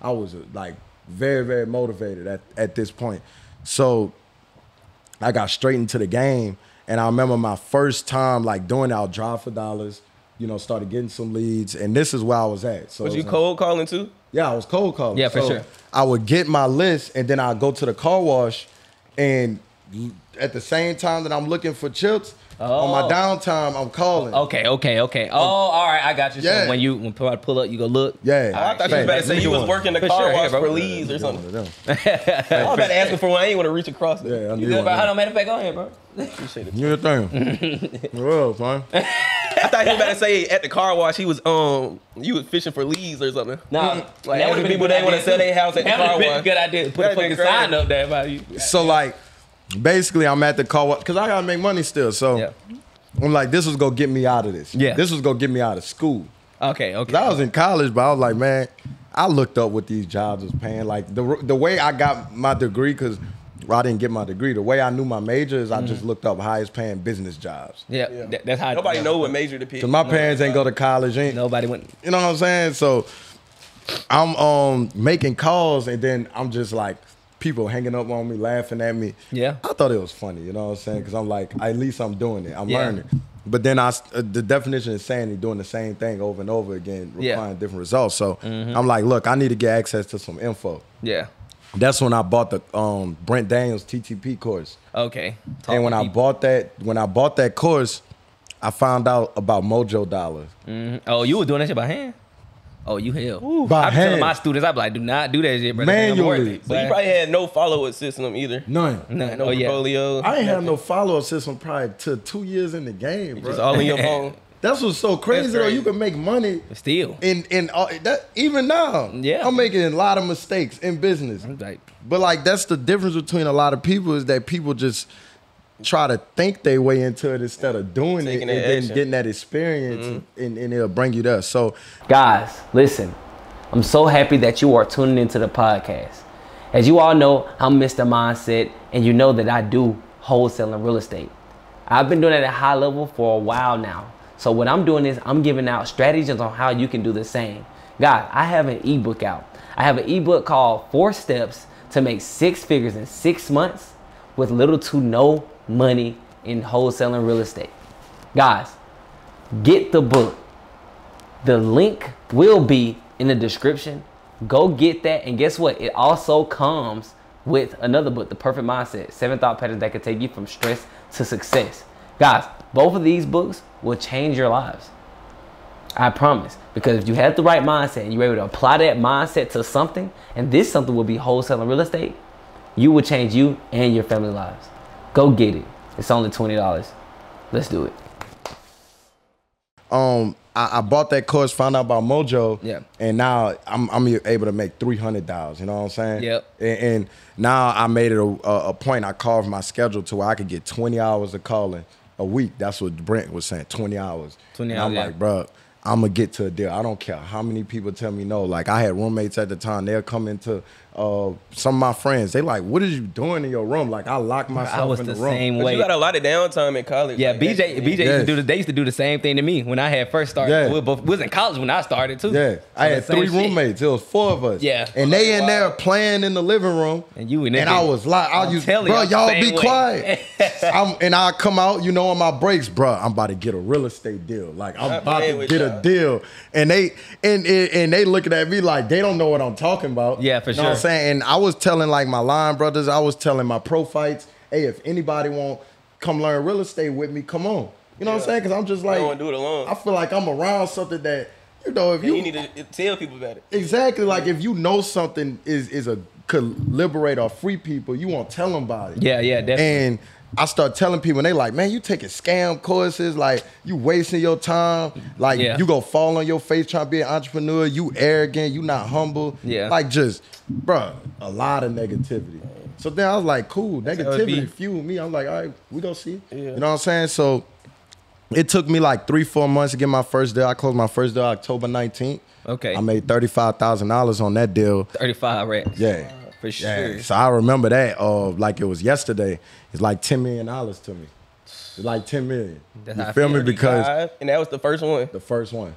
B: I was uh, like very, very motivated at, at this point. So I got straight into the game. And I remember my first time like doing it, I'll drive for dollars, you know, started getting some leads. And this is where I was at. So
C: Was
B: it
C: you
B: like-
C: cold calling too?
B: yeah, I was cold calling.
A: Yeah, for sure.
B: I would get my list and then I'd go to the car wash and l- at the same time that I'm looking for chips, on
A: Oh.
B: my downtime, I'm calling.
A: Okay, okay, okay. Oh, all right, I got you. So
B: Yeah.
A: when you when I pull up, you go look. All
B: Yeah.
A: right,
C: I thought you was
A: shit.
C: about to say
B: Neither
C: you was
B: one.
C: working the
A: For
C: car
A: sure, yeah,
C: wash
A: bro.
C: for leads or something.
B: Yeah,
C: I was about to ask him for one. I ain't want to reach across
B: I
C: there.
B: knew
A: You good,
B: one
A: bro?
B: of
A: Hold
B: them.
A: on, matter of fact, go ahead, bro.
C: Appreciate it.
B: You your thing. Well, fine.
C: I thought you was about to say at the car wash he was um you was fishing for leads or something.
A: Nah,
C: Like,
A: that
C: how
A: would've
C: many
A: been a
C: people
A: good
C: they wanna
A: idea,
C: sell
A: too.
C: their house at the
A: That would've
C: car
A: been a
C: wash.
A: Good idea. Put a
C: That'd
A: fucking
C: been crazy.
A: sign up there about you.
B: So like, basically, I'm at the car wash because I gotta make money still. So
A: Yeah.
B: I'm like, this was gonna get me out of this.
A: Yeah.
B: This was gonna get me out of school.
A: Okay, okay.
B: 'Cause I was in college, but I was like, man, I looked up what these jobs was paying. Like the the way I got my degree, because I didn't get my degree. The way I knew my major is I just looked up highest paying business jobs.
A: Mm-hmm. yeah,
C: Yeah.
A: that- that's how.
C: Nobody
A: yeah.
C: know what major to pick.
B: Cause my parents ain't go to college. Ain't,
A: Nobody went.
B: You know what I'm saying? So I'm um making calls and then I'm just like, people hanging up on me, laughing at me.
A: Yeah.
B: I thought it was funny, you know what I'm saying? Because I'm like, at least I'm doing it. I'm
A: Yeah.
B: learning. But then I, s- uh, the definition is sanity, doing the same thing over and over
A: Yeah.
B: again,
A: Mm-hmm.
B: requiring different results. So I'm like, look, I need to get access to some info.
A: Yeah.
B: That's when I bought the um, Brent Daniels TTP course
A: Okay. Talk
B: and when
A: to
B: I
A: people.
B: bought that, when I bought that course, I found out about Mojo Dollar.
A: Mhm. Oh, you were doing that shit by hand. Oh, you hell.
B: By
A: I be telling
B: hand.
A: my students, I be like, do not do that shit, bro. That ain't
B: Manually.
A: worth it.
C: But you probably had no follow up system either.
B: None.
A: no,
C: No
A: oh, yeah.
C: portfolio.
B: I ain't have no follow up system probably to two years in the game, bro.
C: Just all in your phone.
B: That's what's so crazy though.
C: crazy.
B: You can make money
A: Still,
B: in in all, that even now.
A: Yeah.
B: I'm making a lot of mistakes in business,
A: like,
B: but like that's the difference between a lot of people is that people just try to think they way into it instead of doing
C: Taking
B: it
C: that
B: and then
C: action. Mm-hmm.
B: getting that experience, and, and it'll bring you there. So
D: Guys, listen, I'm so happy that you are tuning into the podcast. As you all know, I'm Mr. Mindset, and you know that I do wholesale and real estate. I've been doing it at a high level for a while now. So, what I'm doing is I'm giving out strategies on how you can do the same. Guys, I have an ebook out. I have an ebook called Four Steps to Make Six Figures in Six Months with Little to No Money in Wholesale and Real Estate. Guys, get the book. The link will be in the description. Go get that. And guess what? It also comes with another book, The Perfect Mindset Seven Thought Patterns That Can Take You From Stress to Success. Guys, both of these books will change your lives. I promise. Because if you have the right mindset and you're able to apply that mindset to something, and this something will be wholesale and real estate, you will change you and your family lives. Go get it. It's only $20. Let's do it.
B: um I, I bought that course, found out about Mojo,
A: Yeah.
B: and now I'm I'm able to make three hundred dollars. You know what I'm saying?
A: Yep.
B: And, and now I made it a, a, a point. I carved my schedule to where I could get twenty hours of calling a week. That's what Brent was saying, twenty hours.
A: 20
B: And
A: hours,
B: I'm
A: yeah.
B: like, bro, I'm gonna get to a deal. I don't care how many people tell me no. Like I had roommates at the time. They'll come into uh, some of my friends. They like, what is you doing in your room? Like I locked myself
A: I was
B: in
A: the
B: the, room.
A: same
C: But
A: way.
C: you got a lot of downtime in college.
A: Yeah,
C: Like,
A: BJ,
C: that's-
A: BJ used to
B: Yes.
A: do the. They used to do the same thing to me when I had first started.
B: Yeah.
A: We, both, we was in college when I started too.
B: Yeah, I
A: So
B: had
A: the same
B: three
A: shit.
B: roommates. It was four of us.
A: Yeah.
B: and they in there playing in the living room.
A: And you in
B: and
A: there.
B: I was like, I
A: I'm
B: used,
A: telling
B: bro,
A: you,
B: y'all
A: same
B: be
A: way."
B: quiet. I'm, and I come out, you know, on my breaks, bro. I'm about to get a real estate deal. Like I'm
C: I'm
B: about
C: playing
B: to
C: with
B: get a
C: y'all.
B: deal. And they and, and and they looking at me like they don't know what I'm talking about.
A: Yeah, for
B: You know what I'm
A: sure.
B: saying? And I was telling like my line brothers, I was telling my pro fights, hey, if anybody want come learn real estate with me, come on. You know what I'm
C: Yeah.
B: saying? Because I'm just like,
C: wanna do it alone.
B: I feel like I'm around something that you know if
C: You need to tell people about it.
B: Exactly. Like if you know something is is a could liberate or free people, you won't tell them about it.
A: Yeah, yeah, definitely.
B: And I start telling people, and they like, man, you taking scam courses, like you wasting your time, like
A: Yeah.
B: you go fall on your face trying to be an entrepreneur, you arrogant, you not humble,
A: Yeah.
B: like just, bruh, a lot of negativity. So then I was like, cool,
C: how it be.
B: negativity fueled me. I'm like, all right, we gonna see.
C: Yeah.
B: You know what I'm saying? So it took me like three, four months to get my first deal. I closed my first deal October 19th.
A: Okay.
B: I made $35,000 on that deal.
A: Thirty-five rats.
B: Yeah.
A: Uh, for sure.
B: Yeah. So I remember that uh, like it was yesterday. It's like $10 million to me. It's like 10 million.
A: That's how I
B: you feel me?
A: feel.
B: Because
C: Five, and that was the first one.
B: the first one.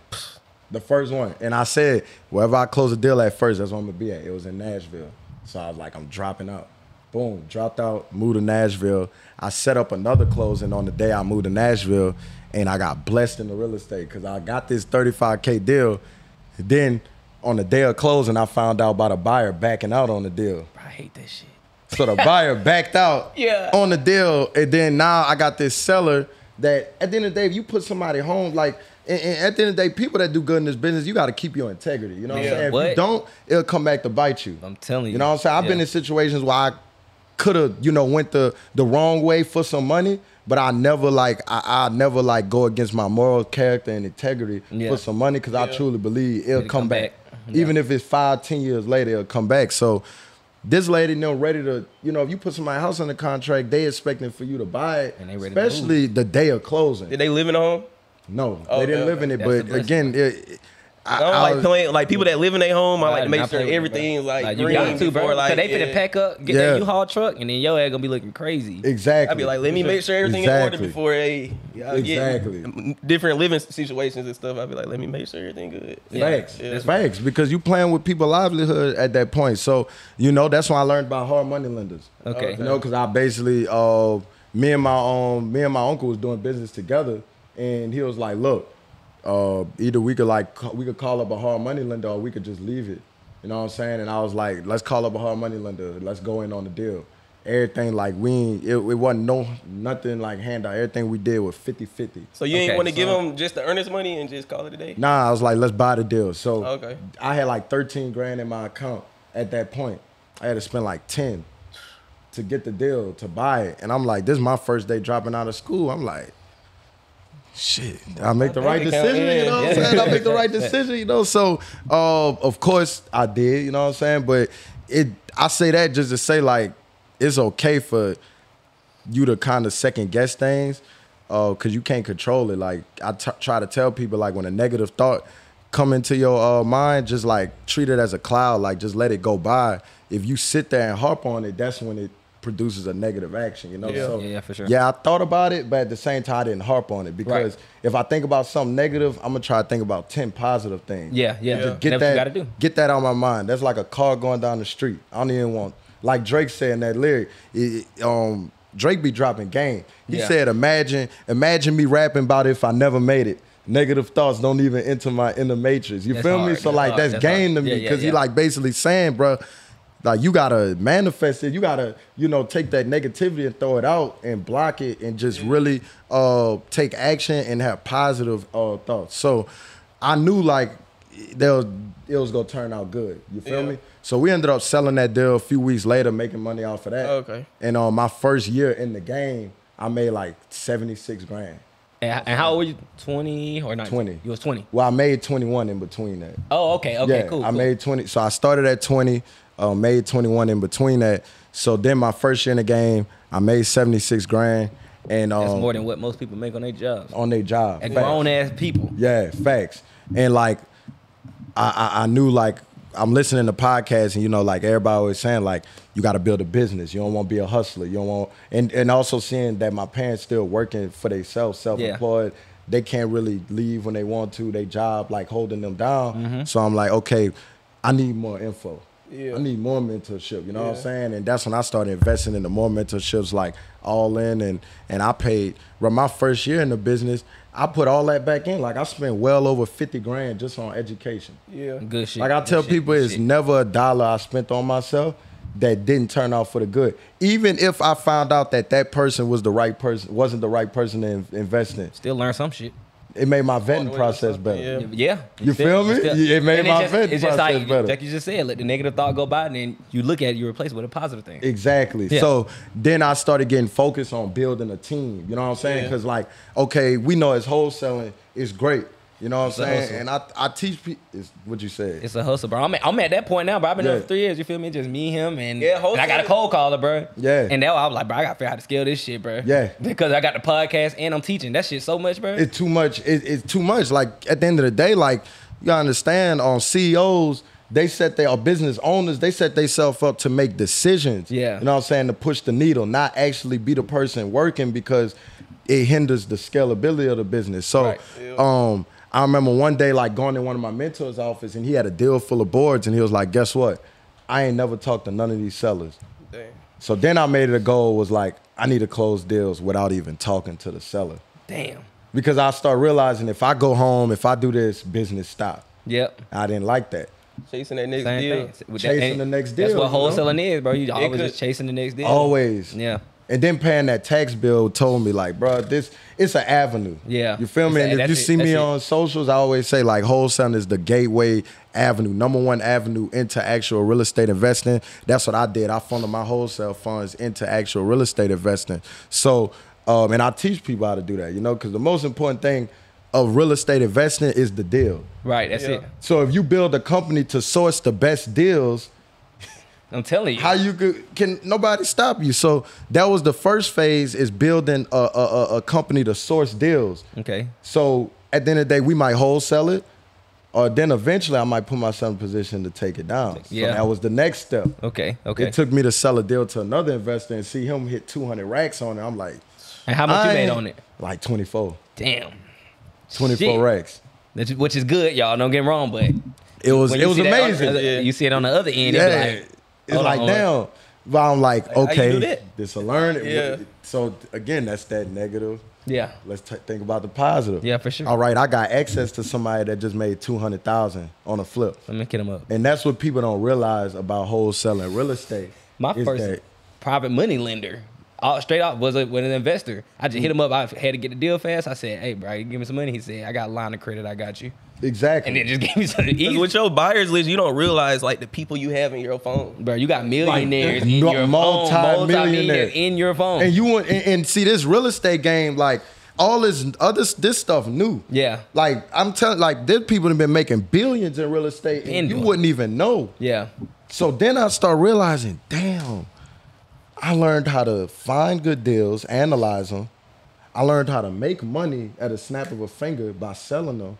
B: The first one. And I said, wherever I close a deal at first, that's where I'm gonna be at. It was in Nashville. So I was like, I'm dropping out. Boom, dropped out, moved to Nashville. I set up another closing on the day I moved to Nashville and I got blessed in the real estate because I got this 35K deal. Then on the day of closing, I found out about a buyer backing out on the deal.
A: I hate that shit.
B: So the buyer backed out
A: Yeah.
B: on the deal. And then now I got this seller that at the end of the day, if you put somebody home, like and, and at the end of the day, people that do good in this business, you gotta keep your integrity. You know what
A: Yeah.
B: I'm saying? If
A: What?
B: you don't, it'll come back to bite you.
A: I'm telling you.
B: You know what I'm saying? I've been
A: Yeah.
B: in situations where I could have, you know, went the the wrong way for some money, but I never like I, I never like go against my moral character and integrity
A: Yeah.
B: for some money because I truly believe it'll,
A: It'll
B: come,
A: come
B: back.
A: back.
B: Even if it's five, ten years later, it'll come back. So this lady you know ready to, you know, if you put somebody's house under contract, they expecting for you to buy it.
A: And they ready to move.
B: especially the day of closing.
C: Did they live in a home?
B: No,
C: Oh,
B: they didn't
C: okay,
B: live in it.
A: That's the
B: But
A: blessing.
B: again, it, it-
C: I don't
B: I
C: like
B: was-
C: playing like people that live in their home. I like to
A: Not
C: make
A: play
C: sure
A: with it, bro.
C: everything's like,
A: you
C: green
A: got to, bro.
C: before, like
A: Cause they finna
C: yeah.
A: pack up, get
B: Yeah.
A: that U-Haul truck, and then your ass gonna be looking crazy.
B: Exactly.
C: I'd be like, let me make sure everything in
B: Exactly.
C: order before a y'all
B: Exactly.
C: get different living situations and stuff. I'd be like, let me make sure everything good.
B: Facts.
C: Yeah.
B: Facts. Because you playing with people's livelihood at that point. So, you know, that's why I learned about hard money lenders.
A: Okay.
B: You know, because I basically uh me and my um me and my uncle was doing business together and he was like, Look, uh either we could like ca- we could call up a hard money lender or we could just leave it. You know what I'm saying? And I was like, let's call up a hard money lender, let's go in on the deal. Everything like we ain't, it, it wasn't no nothing like handout. Everything we did was 50-50.
C: So you ain't
A: Okay,
C: want to give
A: so-
C: them just the earnest money and just call it a day.
B: Nah, I was like, let's buy the deal. So
C: Okay.
B: I had like 13 grand in my account at that point. I had to spend like 10 to get the deal, to buy it. And I'm like, this is my first day dropping out of school. I'm like, shit, did I make the right
C: bank account,
B: decision. You
C: yeah.
B: know what I'm
C: Yeah.
B: saying? I make the right decision, you know. So uh, of course I did, you know what I'm saying? But it I say that just to say like it's okay for you to kind of second guess things because you can't control it. Like I t- try to tell people, like when a negative thought come into your uh, mind, just like treat it as a cloud. Like just let it go by. If you sit there and harp on it, that's when it produces a negative action. You know.
C: Yeah.
B: So,
A: Yeah, yeah, for sure.
B: Yeah, I thought about it, but at the same time, I didn't harp on it because if I think about something negative, I'm gonna try to think about ten positive things.
A: Yeah, yeah.
C: Yeah.
B: Get
A: That's what
B: that,
A: you gotta do.
B: get that out my mind. That's like a car going down the street. I don't even want. Like Drake said in that lyric, it- it, um, Drake be dropping game. He
A: Yeah.
B: said, "Imagine, imagine me rapping about if I never made it. Negative thoughts don't even enter my inner matrix. You
A: That's
B: feel me?
A: hard.
B: So
A: That's
B: like
A: hard.
B: that's,
A: That's
B: game
A: hard.
B: to
A: Yeah,
B: me
A: yeah,
B: because
A: yeah.
B: he like basically saying, bruh, like you gotta manifest it. You gotta, you know, take that negativity and throw it out and block it and just really uh take action and have positive uh thoughts. So I knew like there was, it was gonna turn out good. You feel
C: Yeah.
B: me? So we ended up selling that deal a few weeks later, making money off of that.
C: Okay.
B: And on my first year in the game, I made like seventy six grand.
A: And, and how old were you? Twenty or not?
B: 20.
A: You was twenty.
B: Well, I made twenty one in between that.
A: Oh, okay, okay,
B: yeah,
A: cool.
B: I
A: cool.
B: made 20. So I started at 20, uh, made 21 in between that. So then my first year in the game, I made 76 grand and um,
A: that's more than what most people make on their jobs.
B: on their job.
A: And
B: Facts.
A: grown ass people.
B: Yeah, facts. And like, I, I I knew like I'm listening to podcasts and you know like everybody always saying like you got to build a business. You don't want to be a hustler. You don't want and and also seeing that my parents still working for themselves, self employed. They can't really leave when they want to. They job like holding them down. So I'm like, okay, I need more info.
C: Mm-hmm. Yeah.
B: I need more mentorship. You know what I'm
C: Yeah.
B: saying? And that's when I started investing into more mentorships, like all in, and and I paid. Well, my first year in the business, I put all that back in. Like I spent well over fifty grand just on education.
C: Yeah.
A: Good shit.
B: Like I
A: good
B: tell
A: shit,
B: people,
A: good
B: it's
A: shit.
B: never a dollar I spent on myself that didn't turn out for the good. Even if I found out that that person was the right person, wasn't the right person to in- invest in,
A: still learn some shit.
B: it made my
C: All the
B: vetting
C: way to
B: process
C: something,
B: better.
A: Yeah,
C: yeah.
B: You feel me? Yeah, it made
A: and
B: my
A: it's
B: vetting
A: just, it's just how
B: process
A: you,
B: better.
A: Like you just said, let the negative thought go by, and then you look at it, you replace it with a positive thing.
B: Exactly.
A: Yeah.
B: So then I started getting focused on building a team. You know what I'm saying?
C: Yeah.
B: Because like, okay, we know as wholesaling is great. You know what I'm
A: a
B: saying?
A: hustle.
B: And I I teach people. Is what you said.
A: It's a hustle, bro. I'm at, I'm at that point now, bro. I've been doing it
B: Yeah.
A: for three years. You feel me? Just me, him, and
C: Yeah,
A: and I got a
C: wholesaling.
A: cold caller, bro.
B: Yeah.
A: And now I was like, bro, I got to figure out how to scale this shit, bro.
B: Yeah.
A: Because I got the podcast and I'm teaching that shit so much, bro.
B: it's too much. It, it's too much. Like at the end of the day, like you gotta understand um, on CEOs, they set they are business owners, they set themselves up to make decisions.
A: Yeah.
B: You know what I'm saying? To push the needle, not actually be the person working because it hinders the scalability of the business. So
A: Right.
B: um I remember one day like going in one of my mentors' office and he had a deal full of boards and he was like, guess what? I ain't never talked to none of these sellers.
C: Dang.
B: So then I made it a goal was like, I need to close deals without even talking to the seller
A: Damn.
B: because I start realizing if I go home, if I do this, business stop.
A: Yep.
B: I didn't like that.
C: Chasing that next
A: Same
C: deal.
A: thing. With
B: Chasing
A: ain't-
B: the next
A: That's
B: deal,
A: what
B: you know?
A: wholesaling is, bro. You always
C: could-
A: just chasing the next deal.
B: Always.
A: Yeah.
B: And then paying that tax bill told me like, bro, this it's an avenue.
A: Yeah.
B: you feel me?
A: It's a-
B: And if
A: that's
B: you
A: it,
B: see me
A: that's it.
B: on socials, I always say like, wholesaling is the gateway avenue, number one avenue into actual real estate investing. That's what I did. I funded my wholesale funds into actual real estate investing. So, um, and I teach people how to do that, you know, because the most important thing of real estate investing is the deal.
A: Right. That's
C: Yeah.
A: it.
B: So if you build a company to source the best deals,
A: I'm telling you.
B: how you could can nobody stop you? So that was the first phase is building a a, a, a company to source deals.
A: okay.
B: So at the end of the day, we might wholesale it, or then eventually I might put myself in position to take it down.
A: Yeah.
B: So that was the next step.
A: Okay, okay.
B: It took me to sell a deal to another investor and see him hit 200 racks on it. I'm like,
A: and how much
B: I
A: you made
B: ain't-
A: on it?
B: Like 24.
A: Damn.
B: 24
A: Shit.
B: racks.
A: That's- Which is good, y'all. Don't get me wrong, but
B: It was
A: when
B: it
A: you
B: was
A: see that on the
B: amazing.
A: other- You see it on the other end.
B: yeah.
A: Yeah. Like,
B: it's
A: hold
B: like,
A: on.
B: damn. But I'm like,
C: you do
B: okay,
C: that?
B: this a learn.
C: Yeah.
B: So again, that's that negative.
A: yeah.
B: Let's t- think about the positive.
A: Yeah, for sure.
B: All right, I got access to somebody that just made 200,000 on a flip.
A: Let me get him up.
B: And that's what people don't realize about wholesaling real estate.
A: My
B: is
A: first
B: that-
A: private money lender, all, straight out, was a, with an investor. I just hit him up. I had to get the deal fast. I said, "Hey, bro, you give me some money." He said, "I got a line of credit. I got you."
B: exactly.
A: And then just gave me some easy.
C: With your buyers list, you don't realize like the people you have in your phone.
A: Bro, you got millionaires in
B: no-
A: your phone, multi-millionaires
B: multi-millionaires.
A: in your phone.
B: and you want and, and see this real estate game like all this other s- this stuff new
A: Yeah.
B: like i'm telling like there's people have been making billions in real estate and you
A: Billion.
B: wouldn't even know
A: yeah,
B: so then i start realizing damn i learned how to find good deals analyze them i learned how to make money at a snap of a finger by selling them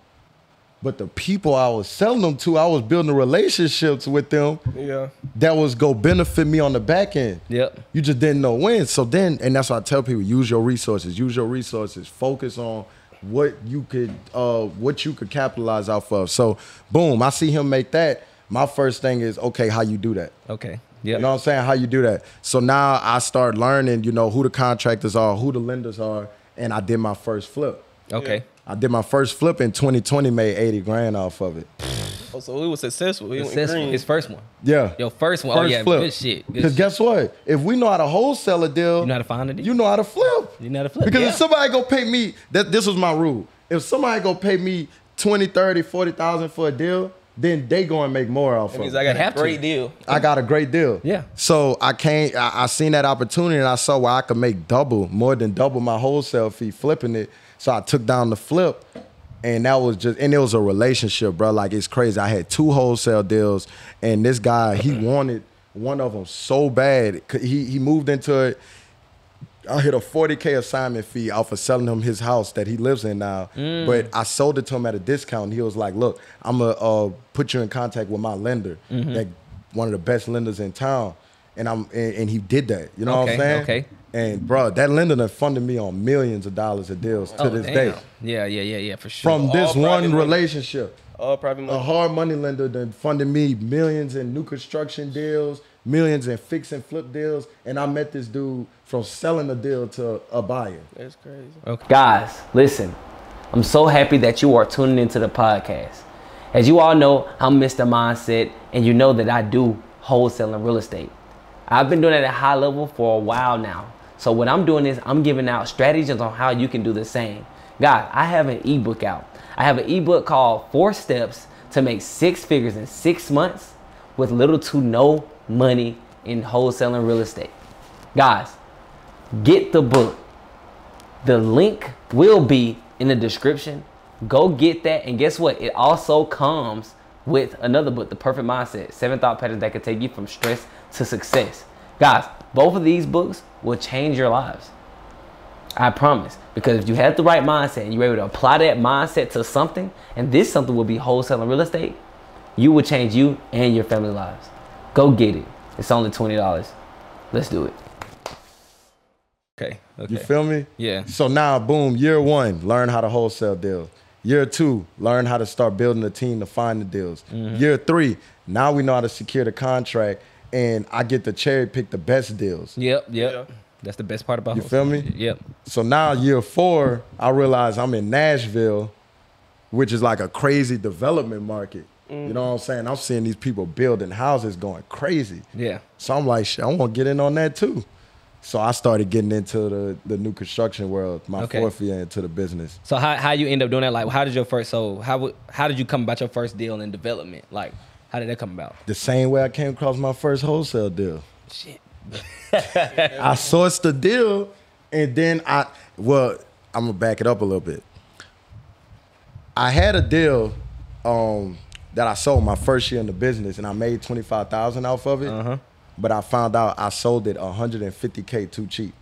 B: but the people i was selling them to i was building relationships with them
C: Yeah.
B: that was go benefit me on the back end.
A: Yep.
B: You just didn't know when. So then, and that's why I tell people: use your resources. Use your resources. Focus on what you could, uh, what you could capitalize off of. So, boom, I see him make that. My first thing is, okay, how you do that?
A: okay, yep.
B: You know what I'm saying? How you do that? So now I start learning, you know, who the contractors are, who the lenders are, and I did my first flip.
A: okay,
B: I did my first flip in 2020, made 80 grand off of it.
C: Oh, so we was successful. We
A: successful.
C: Went green.
A: His first one.
B: Yeah.
A: Your first one. oh yeah, good shit. Good
B: Because
A: shit.
B: guess what? If we know how to wholesale a deal,
A: You know how to find a deal.
B: You know how to flip.
A: You know how to flip,
B: Because
A: yeah.
B: if somebody go pay me, that this was my rule. If somebody go pay me 20, 30, 40,000 for a deal, then they go and make more off
C: That means
B: of
C: I
B: it.
C: got
A: They have
C: a
A: to.
C: great deal.
B: I got a great deal.
A: Yeah.
B: So I can't I, I seen that opportunity and I saw where I could make double, more than double my wholesale fee flipping it. So I took down the flip. And that was just and it was a relationship, bro. Like it's crazy. I had two wholesale deals and this guy, he wanted one of them so bad. He he moved into it. I hit a 40K assignment fee off of selling him his house that he lives in now.
A: Mm.
B: But I sold it to him at a discount. He was like, look, I'm going to uh, put you in contact with my lender,
A: Mm-hmm.
B: that one of the best lenders in town. And I'm and, and he did that. You know
A: Okay,
B: what I'm saying?
A: okay.
B: And bro, that lender done funded me on millions of dollars of deals to
A: Oh,
B: this
A: damn.
B: day.
A: Yeah, yeah, yeah, yeah, for sure.
B: From this
C: private
B: one
C: money.
B: relationship
C: All private
A: Oh.
C: money.
B: a hard money lender that funded me millions in new construction deals, millions in fix and flip deals, and I met this dude from selling a deal to a buyer.
C: That's crazy.
D: Guys, listen, I'm so happy that you are tuning into the podcast. As you all know, I'm Mr. Mindset, and you know that I do wholesale and real estate. I've been doing it at a high level for a while now. So what I'm doing is I'm giving out strategies on how you can do the same. Guys, I have an ebook out. I have an ebook called Four Steps to Make Six Figures in Six Months with Little to No Money in Wholesale and Real Estate. Guys, get the book. The link will be in the description. Go get that. And guess what? It also comes with another book, The Perfect Mindset Seven Thought Patterns That Can Take You From Stress to Success. Guys, both of these books will change your lives. I promise. Because if you have the right mindset and you're able to apply that mindset to something, and this something will be wholesaling real estate, you will change you and your family lives. Go get it. It's only $20. Let's do it.
A: okay, okay.
B: You feel me?
A: Yeah.
B: So now, boom, year one, learn how to wholesale deals. Year two, learn how to start building a team to find the deals.
A: Mm-hmm.
B: Year three, now we know how to secure the contract, and I get to cherry pick the best deals.
A: Yep, yep.
C: Yeah.
A: That's the best part about
B: You feel me?
A: Yep.
B: So now year four, I realize I'm in Nashville, which is like a crazy development market. You know what I'm saying? I'm seeing these people building houses going crazy.
A: Yeah.
B: So I'm like, shit, I want to get in on that too. So I started getting into the, the new construction world, my
A: Okay.
B: fourth year into the business.
A: So how how you end up doing that? Like, how did your first so how would- how did you come about your first deal in development? Like, how did that come about?
B: The same way I came across my first wholesale deal.
A: Shit.
B: I sourced the deal, and then I well, I'm gonna back it up a little bit. I had a deal um, that I sold my first year in the business, and I made twenty five thousand off of it.
C: Uh-huh.
B: But I found out I sold it 150k too cheap,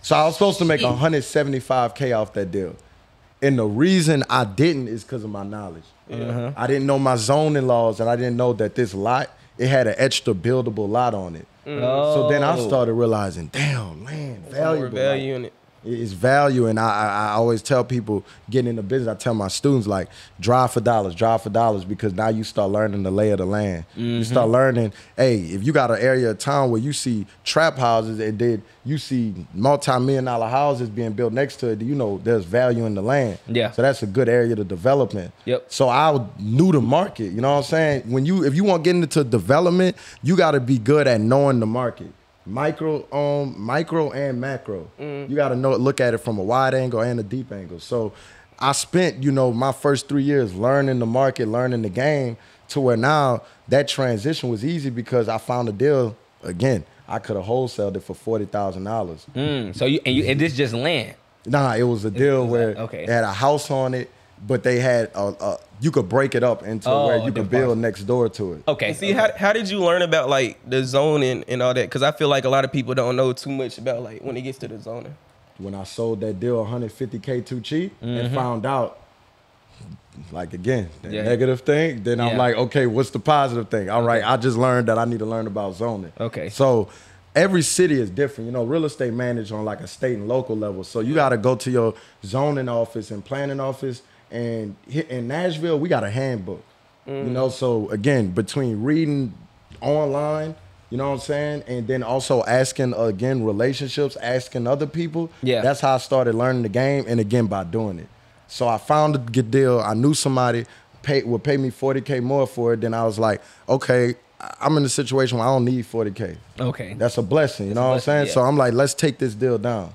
B: so I was supposed to make 175k off that deal, And the reason I didn't is because of my knowledge.
C: Uh-huh.
B: I didn't know my zoning laws, and I didn't know that this lot it had an extra buildable lot on it. So then I
A: Oh.
B: started realizing, damn, land
C: Mm. More
B: valuable.
C: value in it.
B: It's value, and I, I I always tell people getting into business. I tell my students like drive for dollars, drive for dollars, because now you start learning the lay of the land. You start learning, hey, if you got an area of town where you see trap houses and then you see multi-million dollar houses being built next to it, you know there's value in the land.
A: Yeah.
B: So that's a good area to develop in.
A: Yep.
B: So I knew the market. You know what I'm saying? When you if you want to get into development, you got to be good at knowing the market. Micro, um, micro and macro. You got to know look at it from a wide angle and a deep angle. So I spent you know my first three years learning the market, learning the game, to where now that transition was easy because I found a deal again. I could have wholesaled it for forty thousand dollars.
A: Mm, so you and you and this just land.
B: Nah, it was a deal
A: was
B: where
A: like- okay.
B: it had a house on it, but they had a, a you could break it up into
A: Oh,
B: where you could
A: different Oh.
B: build
A: parts.
B: next door to it.
A: Okay.
C: And see, how, how did you learn about like the zoning and all that? Because I feel like a lot of people don't know too much about like when it gets to the zoning.
B: When I sold that deal 150k too cheap and found out, like again, the
A: Mm-hmm. Yeah.
B: negative thing, then I'm
A: Yeah.
B: like, okay, what's the positive thing? All right, I just learned that I need to learn about zoning.
A: Okay.
B: So every city is different. You know, real estate managed on like a state and local level. So you got to go to your zoning office and planning office. And hit in Nashville, we got a handbook. You know, so again, between reading online, you know what I'm saying, and then also asking again relationships, asking other people.
A: Yeah.
B: that's how I started learning the game, and again by doing it. So I found a good deal. I knew somebody pay would pay me 40k more for it. Then I was like, okay, I- I'm in a situation where I don't need 40k.
A: okay.
B: That's a blessing. You know what I'm
A: blessing,
B: saying?
A: yeah.
B: So I'm like, let's take this deal down.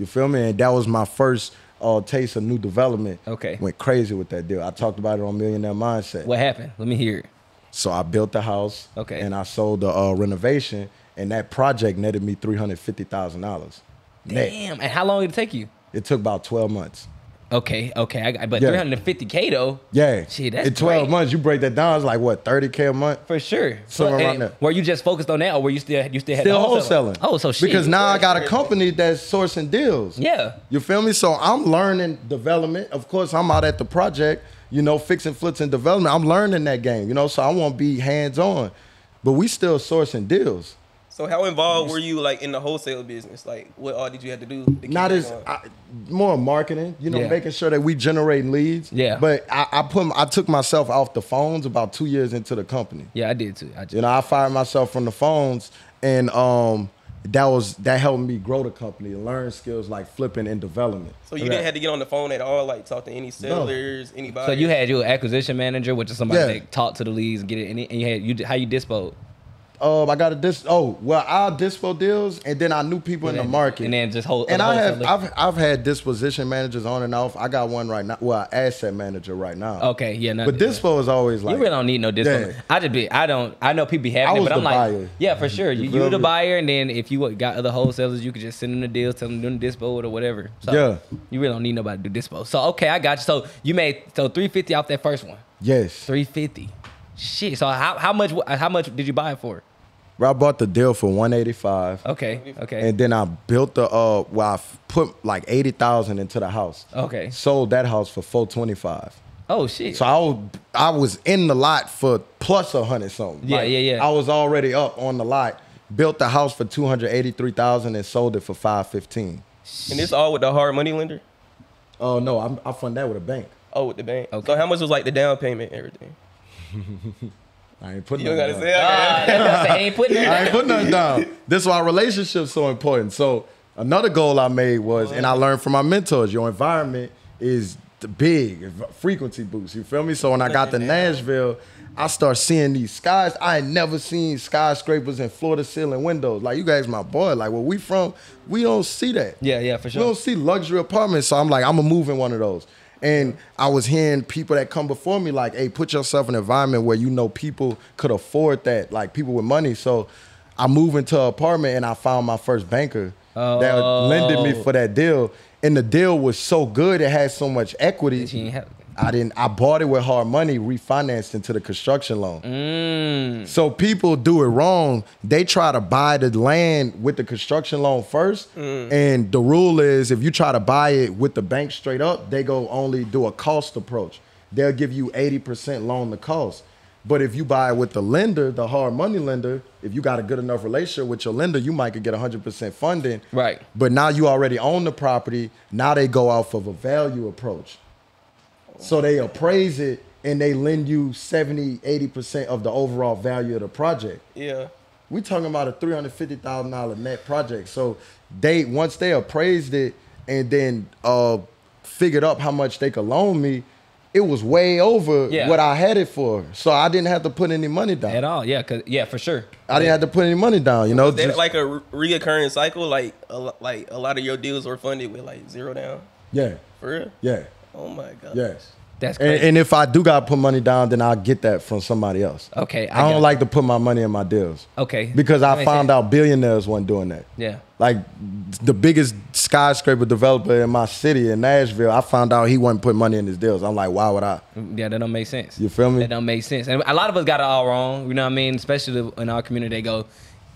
B: You feel me? And that was my first uh, taste of new development.
A: Okay.
B: Went crazy with that deal. I talked about it on Millionaire Mindset.
A: what happened? Let me hear it.
B: So I built the house.
A: Okay.
B: And I sold the uh, renovation, and that project netted me three hundred fifty thousand dollars.
A: Damn. And how long did it take you?
B: It took about twelve months.
A: Okay. Okay. I got, but
B: Yeah.
A: 350k though.
B: Yeah.
A: Shit, that's
B: in twelve
A: great.
B: months, you break that down, it's like what thirty k a month.
A: For sure.
B: Somewhere
A: So,
B: around
A: and
B: there.
A: Were you just focused on that, or were you still you still had
B: Still
A: the
B: wholesaling.
A: Oh, so shit.
B: Because now I got a company that's sourcing deals.
A: Yeah.
B: You feel me? So I'm learning development. Of course, I'm out at the project, you know, fixing flips and development. I'm learning that game, you know, so I won't be hands on. But we still sourcing deals.
C: So how involved were you like in the wholesale business? Like what all did you have to do? to keep
B: Not
C: that
B: as
C: going?
B: I, more marketing, you know,
A: Yeah.
B: making sure that we generating leads.
A: Yeah.
B: But I, I put m- I took myself off the phones about two years into the company.
A: Yeah, I did too. I just,
B: You know, I fired myself from the phones, and um, that was that helped me grow the company, learn skills like flipping and development.
C: so you didn't have to get on the phone at all, like talk to any sellers,
A: So
C: anybody.
A: you had your acquisition manager, which is somebody
B: Yeah.
A: that talked to the leads and get it, and, and you had you how you dispo
B: Um, I got a dis. Oh, well, I dispo deals, and then I knew people in the
A: then-
B: market,
A: and then just hold-
B: And I have,
A: wholesale.
B: I've, I've had disposition managers on and off. I got one right now. Well, asset manager right now.
A: Okay, yeah, no,
B: but
A: yeah.
B: dispo is always like
A: you really don't need no dispo.
B: Yeah.
A: I just be I don't I know people be having
B: I
A: it,
B: was
A: but I'm
B: the
A: like
B: buyer.
A: yeah for sure you,
B: feel
A: you the
B: me?
A: buyer and then if you got other wholesalers you could just send them the deals tell them doing the dispo or whatever. So
B: Yeah.
A: you really don't need nobody to do dispo. So okay, I got you. So you made so three fifty off that first one.
B: yes.
A: Three fifty. Shit. So how how much how much did you buy it for?
B: I bought the deal for one eighty five.
A: Okay. Okay.
B: And then I built the uh well I f- put like eighty thousand into the house.
A: Okay.
B: Sold that house for four twenty five.
A: Oh shit.
B: So I was, I was in the lot for plus a hundred something.
A: Yeah, yeah, yeah.
B: I was already up on the lot, built the house for two hundred eighty three thousand and sold it for five fifteen.
C: and this all with the hard money lender?
B: Oh no, I'm, I fund that with a bank.
C: Oh, with the bank.
A: Okay.
C: So how much was like the down payment, and everything?
B: I ain't putting.
C: You don't
B: nothing
C: gotta
B: down.
C: say. I gotta-
A: Ah, that's what I said, ain't putting it
B: I
A: down.
B: ain't putting nothing down. This is why relationships so important. So another goal I made was, and I learned from my mentors, your environment is the big frequency boost. You feel me? So when I got to Nashville, I start seeing these skies. I had never seen skyscrapers and floor to ceiling windows. Like you guys, my boy. Like where we from, we don't see that.
A: Yeah, yeah, for sure.
B: We don't see luxury apartments. So I'm like, I'm gonna move in one of those. And I was hearing people that come before me like, hey, put yourself in an environment where you know people could afford that, like people with money. So I moved into an apartment and I found my first banker that lended me
A: Oh.
B: for that deal. And the deal was so good, it had so much equity.
A: She ain't have-
B: I didn't. I bought it with hard money, refinanced into the construction loan. So people do it wrong. They try to buy the land with the construction loan first, and the rule is if you try to buy it with the bank straight up, they go only do a cost approach. They'll give you eighty percent loan to cost. But if you buy it with the lender, the hard money lender, if you got a good enough relationship with your lender, you might could get 100% funding.
A: Right.
B: But now you already own the property. Now they go off of a value approach. So they appraise it and they lend you 70, 80% of the overall value of the project.
C: Yeah.
B: We talking about a three hundred fifty thousand dollar net project. So they once they appraised it and then uh figured up how much they could loan me, it was way over
A: Yeah.
B: what I had it for. So I didn't have to put any money
A: At
B: down.
A: all, yeah, cause yeah, for sure.
B: I didn't have to put any money down. You know,
C: Is that
B: Just-
C: like a re- reoccurring cycle? Like a, lo- like a lot of your deals were funded with like zero down.
B: yeah,
C: For real?
B: yeah,
C: Oh my god.
B: yes.
A: That's
B: And,
A: crazy.
B: and if I do got to put money down, then I'll get that from somebody else.
A: Okay, I
B: I,
A: got
B: don't
A: it.
B: like to put my money in my deals.
A: Okay.
B: Because
A: That
B: I
A: makes
B: found
A: sense.
B: out billionaires weren't doing that.
A: Yeah.
B: Like the biggest skyscraper developer in my city in Nashville, I found out he wasn't putting money in his deals. I'm like, why would I?
A: Yeah, that don't make sense.
B: You feel me?
A: That don't make sense. And a lot of us got it all wrong. You know what I mean? Especially the- in our community, they go,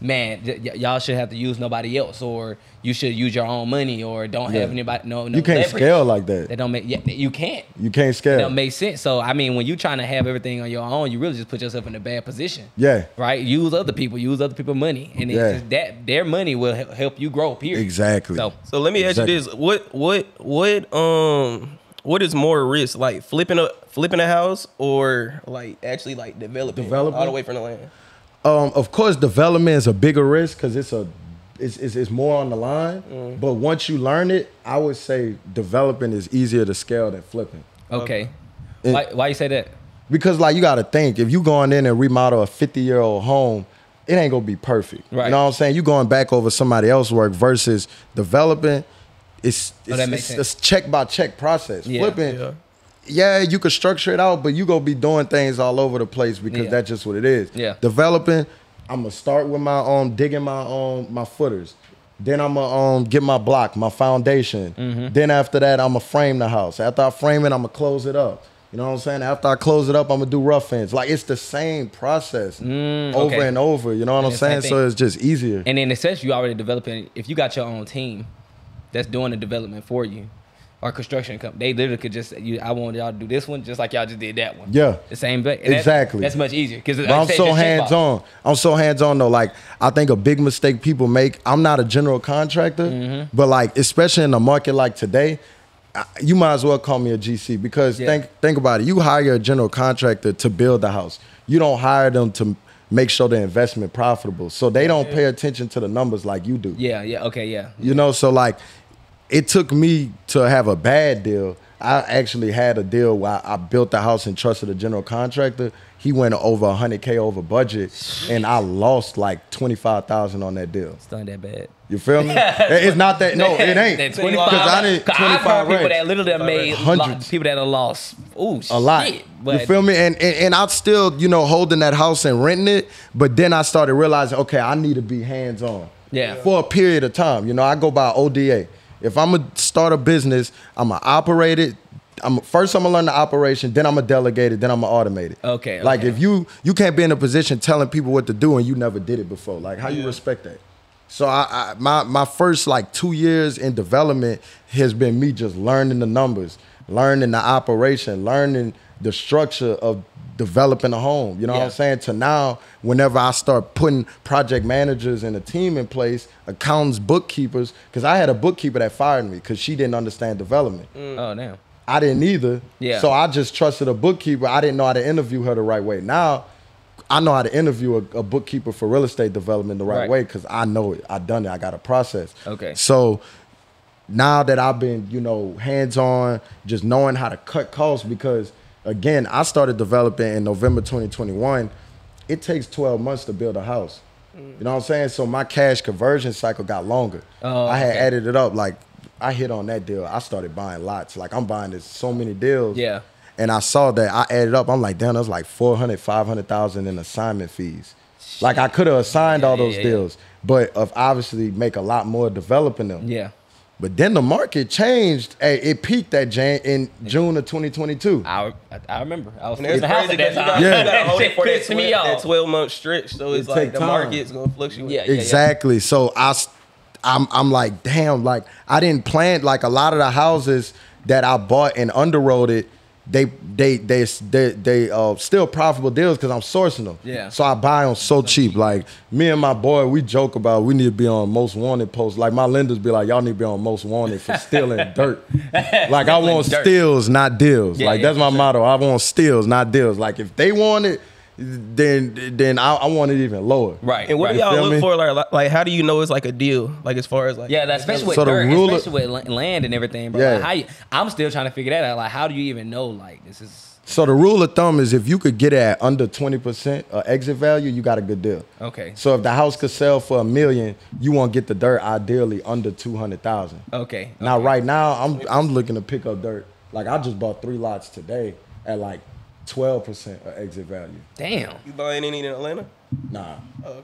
A: "Man, y- y- y'all should have to use nobody else, or you should use your own money, or don't
B: Yeah.
A: have anybody." No, no
B: You can't
A: leverage."
B: scale like that.
A: That don't make. Yeah, you can't.
B: You can't scale.
A: That don't make sense. So I mean, when you're trying to have everything on your own, you really just put yourself in a bad position.
B: Yeah.
A: Right. Use other people. Use other people's money, and it's
B: Yeah.
A: just that their money will he- help you grow. Period.
B: Exactly.
A: So
C: So let me
B: Exactly.
C: ask you this: what what what um what is more risk, like flipping a flipping a house or like actually like developing,
B: Developing?
C: all the way from the land?
B: um, of course, development is a bigger risk because it's a it's, it's, it's more on the line.
A: Mm.
B: But once you learn it, I would say developing is easier to scale than flipping.
A: okay.
B: It-
A: why, why you say that?
B: Because like you gotta think, if you going in and remodel a 50 year old home, it ain't gonna be perfect.
A: Right.
B: You know what I'm saying? You going back over somebody else's work versus developing. It's it's,
A: Oh, that makes
B: it's, it's check by check process.
A: Yeah.
B: Flipping.
C: Yeah.
B: Yeah. you could structure it out, but you gonna be doing things all over the place because
A: Yeah.
B: that's just what it is.
A: Yeah.
B: Developing, I'm gonna start with my um digging my um my footers. Then I'm gonna um get my block, my foundation.
A: Mm-hmm.
B: Then after that, I'm gonna frame the house. After I frame it, I'm gonna close it up. You know what I'm saying? After I close it up, I'm gonna do rough ends. Like it's the same process over
A: Mm, okay.
B: and over. You know what I'm
A: the same
B: saying? So
A: thing.
B: it's just easier.
A: And then in a sense, you already developing. If you got your own team that's doing the development for you, or construction company, they literally could just say, you, I want y'all to do this one, just like y'all just did that one.
B: Yeah.
A: the same thing. And that's-
B: Exactly.
A: That's, much easier because
B: But I'm so hands on. I'm so hands on though. Like I think a big mistake people make. I'm not a general contractor, but like especially in a market like today, I- you might as well call me a GC because
A: Yeah.
B: think think about it. You hire a general contractor to build the house. You don't hire them to make sure the investment profitable. So they don't pay attention to the numbers like you do.
A: Yeah, yeah, okay, yeah.
B: You know, so like it took me to have a bad deal. I actually had a deal where I I built the house and trusted a general contractor. He went over 100k over budget, and I lost like 25,000 on that deal.
A: It's not that bad.
B: You feel me? it's not that. No, it
A: That
B: ain't. 'Cause I didn't.
A: 'Cause I've
B: 25
A: heard people
B: racks.
A: that literally have made
B: Hundreds.
A: lo- people that have lost. Ooh,
B: a lot.
A: But
B: you feel me? And, and and I still, you know, holding that house and renting it, but then I started realizing, okay, I need to be hands on.
A: Yeah.
B: For a period of time, you know, I go by ODA. If I'm gonna start a business, I'm gonna operate it. I'm first. I'm gonna learn the operation. Then I'm gonna delegate it. Then I'm gonna automate it.
A: Okay,
B: Like
A: okay.
B: if you you can't be in a position telling people what to do and you never did it before. Like how you respect that? So I, I my my first like two years in development has been me just learning the numbers, learning the operation, learning the structure of developing a home. You know what
A: Yeah.
B: I'm saying? To now, whenever I start putting project managers and a team in place, accountants, bookkeepers, because I had a bookkeeper that fired me because she didn't understand development.
A: oh damn.
B: I didn't either.
A: Yeah.
B: So I just trusted a bookkeeper. I didn't know how to interview her the right way. Now I know how to interview a, a bookkeeper for real estate development the right,
A: Right.
B: way because I know it. I done it. I got a process.
A: Okay.
B: So now that I've been, you know, hands on, just knowing how to cut costs because again, I started developing in November 2021. It takes 12 months to build a house.
A: Mm.
B: You know what I'm saying? So my cash conversion cycle got longer.
A: Oh,
B: I had
A: okay.
B: added it up. Like I hit on that deal. I started buying lots. Like I'm buying this, so many deals.
A: Yeah.
B: And I saw that I added up. I'm like, damn, that's like 400, 500,000 in assignment fees. Like I could have assigned all
A: Yeah, yeah,
B: those
A: yeah, yeah.
B: deals, but of obviously make a lot more developing them.
A: Yeah.
B: But then the market changed. Hey, it peaked at Jan- in June of 2022.
A: I, I, I remember. I was
C: And
A: in the
C: it's
A: house
C: crazy
A: at
C: because
A: that
C: you got,
A: time.
C: you
B: Yeah.
C: gotta
A: that
C: hold it
A: shit
C: for that
A: pissed
C: 12,
A: me
C: that
A: off.
C: 12 month stretch. So it's
B: It
C: like
B: take
C: the
B: time.
C: market's gonna fluctuate.
A: Yeah, yeah,
B: Exactly. So I, s- I'm, I'm like, damn. Like I didn't plan. Like a lot of the houses that I bought and underwrote it, they, they, they, they, they uh, still profitable deals because I'm sourcing them.
A: Yeah.
B: So I buy them so cheap. Like me and my boy, we joke about we need to be on most wanted posts. Like my lenders be like, y'all need to be on most wanted for stealing dirt. Like I want
A: dirt.
B: steals, not deals.
A: Yeah,
B: like
A: yeah,
B: that's my motto. I want steals, not deals. Like if they want it, then then I, I want it even lower.
A: Right.
C: And what
A: right.
C: do y'all
B: feel
C: look
B: me?
C: for? Like, like, how do you know it's like a deal? Like, as far as like,
A: Yeah, like, especially with
B: So the
A: dirt,
B: ruler-
A: especially with la- land and everything, bro.
B: Yeah.
A: Like, how you, I'm still trying to figure that out. Like, how do you even know? Like, this is
B: So the rule of thumb is if you could get at under 20% of exit value, you got a good deal.
A: okay.
B: So if the house could sell for a million, you want to get the dirt ideally under 200,000.
A: Okay.
B: Now right now I'm I'm looking to pick up dirt. Like I just bought 3 lots today at like 12% of exit value.
A: Damn.
C: you buying any in Atlanta? Oh,
B: Nah.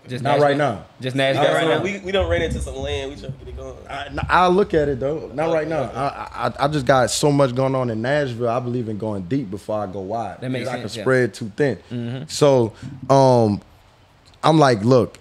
A: Just
B: Not
A: Nashville?
B: right now.
A: Just Nashville right
C: So
A: now.
C: We, we don't ran into some land. We trying to get it going.
B: I, I look at it though.
A: Oh,
B: Not right now. I, I I just got so much going on in Nashville. I believe in going deep before I go wide.
A: That makes
B: Because
A: sense,
B: I can
A: yeah. Mm-hmm.
B: spread too thin. So, um, I'm like, look,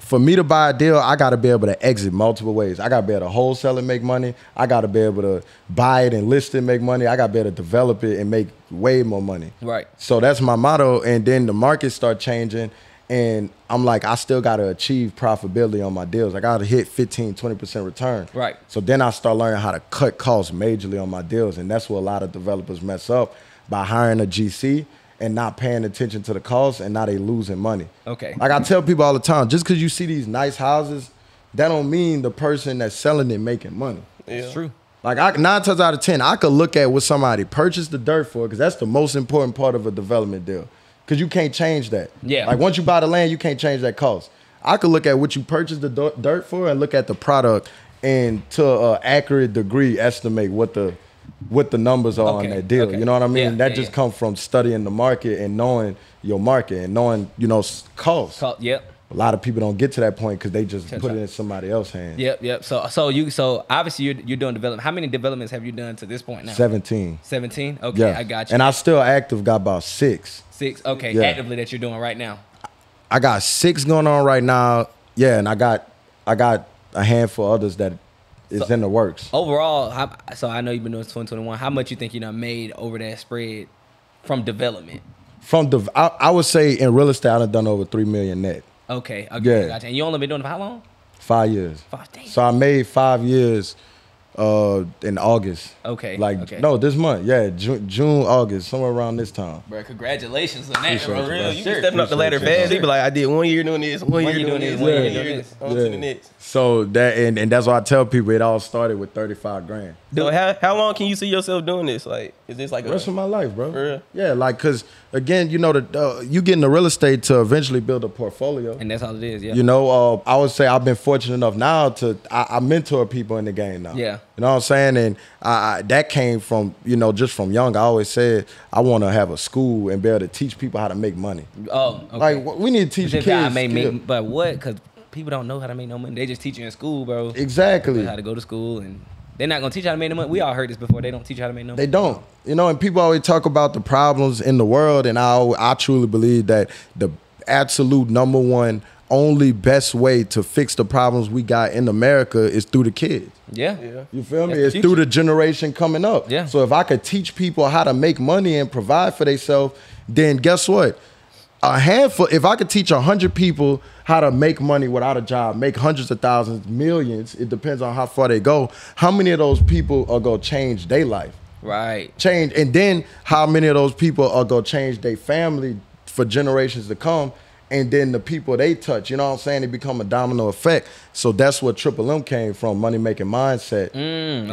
B: for me to buy a deal, I gotta be able to exit multiple ways. I gotta be able to wholesale and make money. I gotta be able to buy it and list it and make money. I gotta be able to develop it and make way more money.
A: Right.
B: So that's my motto. And then the market start changing. And I'm like, I still gotta achieve profitability on my deals. I gotta hit 15, 20% return.
A: Right.
B: So then I start learning how to cut costs majorly on my deals. And that's where a lot of developers mess up by hiring a GC and not paying attention to the costs and now they losing money.
A: Okay.
B: Like I tell people all the time, just because you see these nice houses, that don't mean the person that's selling it making money.
A: It's true.
B: Like I, nine times out of ten, I could look at what somebody purchased the dirt for because that's the most important part of a development deal. Because you can't change that.
A: Yeah.
B: Like once you buy the land, you can't change that cost. I could look at what you purchased the dir- dirt for and look at the product and to an accurate degree estimate what the what the numbers are
A: Okay,
B: on that deal.
A: okay.
B: You know what I mean?
A: Yeah,
B: that
A: yeah,
B: just
A: yeah.
B: comes from studying the market and knowing your market and knowing you know s- costs.
A: So, yep.
B: A lot of people don't get to that point because they just put it in somebody else's hand.
A: Yep. Yep. So, so you, so obviously you're, you're doing development. How many developments have you done to this point now?
B: Seventeen.
A: 17? Okay.
B: Yeah,
A: I got you.
B: And I still active got about six.
A: Six. Okay.
B: Yeah.
A: Actively that you're doing right now.
B: I got six going on right now. Yeah, and I got I got a handful others that is in the works.
A: Overall, how, so I know you've been doing this 2021. How much you think you done made over that spread from development?
B: From the I, I would say in real estate I done done over three million net
A: Okay. Okay.
B: Yeah.
A: Gotcha. And you only been doing it for how long?
B: five years.
A: Five- damn.
B: So I made five years uh in August.
A: Okay,
B: Like
A: okay.
B: no, this month. Yeah, June, June August, somewhere around this time.
A: Bro, congratulations on that.
B: Appreciate
A: Bro.
B: you,
C: For real, you
A: Sure.
C: be stepping up the ladder
B: Appreciate
C: fast. You be like, I did one year doing this, one year doing this, one year
A: Yeah.
C: doing this, on to the next.
B: So that and, and that's why I tell people it all started with thirty five grand.
C: So how how long can you see yourself doing this? Like, is this like a
B: rest of my life, bro.
C: For real?
B: Yeah, like because again, you know, the uh, you get into real estate to eventually build a portfolio.
A: And that's all it is. Yeah.
B: you know, uh, I would say I've been fortunate enough now to I, I mentor people in the game now.
A: Yeah.
B: you know what I'm saying, and I, I, that came from you know just from young. I always said I want to have a school and be able to teach people how to make money.
A: Oh, okay.
B: Like wh- we need to teach
A: Just
B: kids.
A: how I made
B: skill.
A: make, but what? Because people don't know how to make no money. They just teach you in school, bro.
B: exactly.
A: How to go to school, and they're not gonna teach you how to make no money. We all heard this before. They don't teach you how to make no
B: They
A: money.
B: don't. You know, and people always talk about the problems in the world, and I, al- I truly believe that the absolute number one, only best way to fix the problems we got in America is through the kids.
A: Yeah.
C: Yeah.
B: You feel me?
A: That's the
B: It's through the generation coming up.
A: Yeah.
B: So if I could teach people how to make money and provide for themselves, then guess what? A handful. If I could teach hundred people how to make money without a job, make hundreds of thousands, millions. It depends on how far they go. How many of those people are gonna change their life?
A: Right.
B: change and then how many of those people are gonna change their family for generations to come and then the people they touch you know what i'm saying they become a domino effect so that's where triple m came from money making mindset you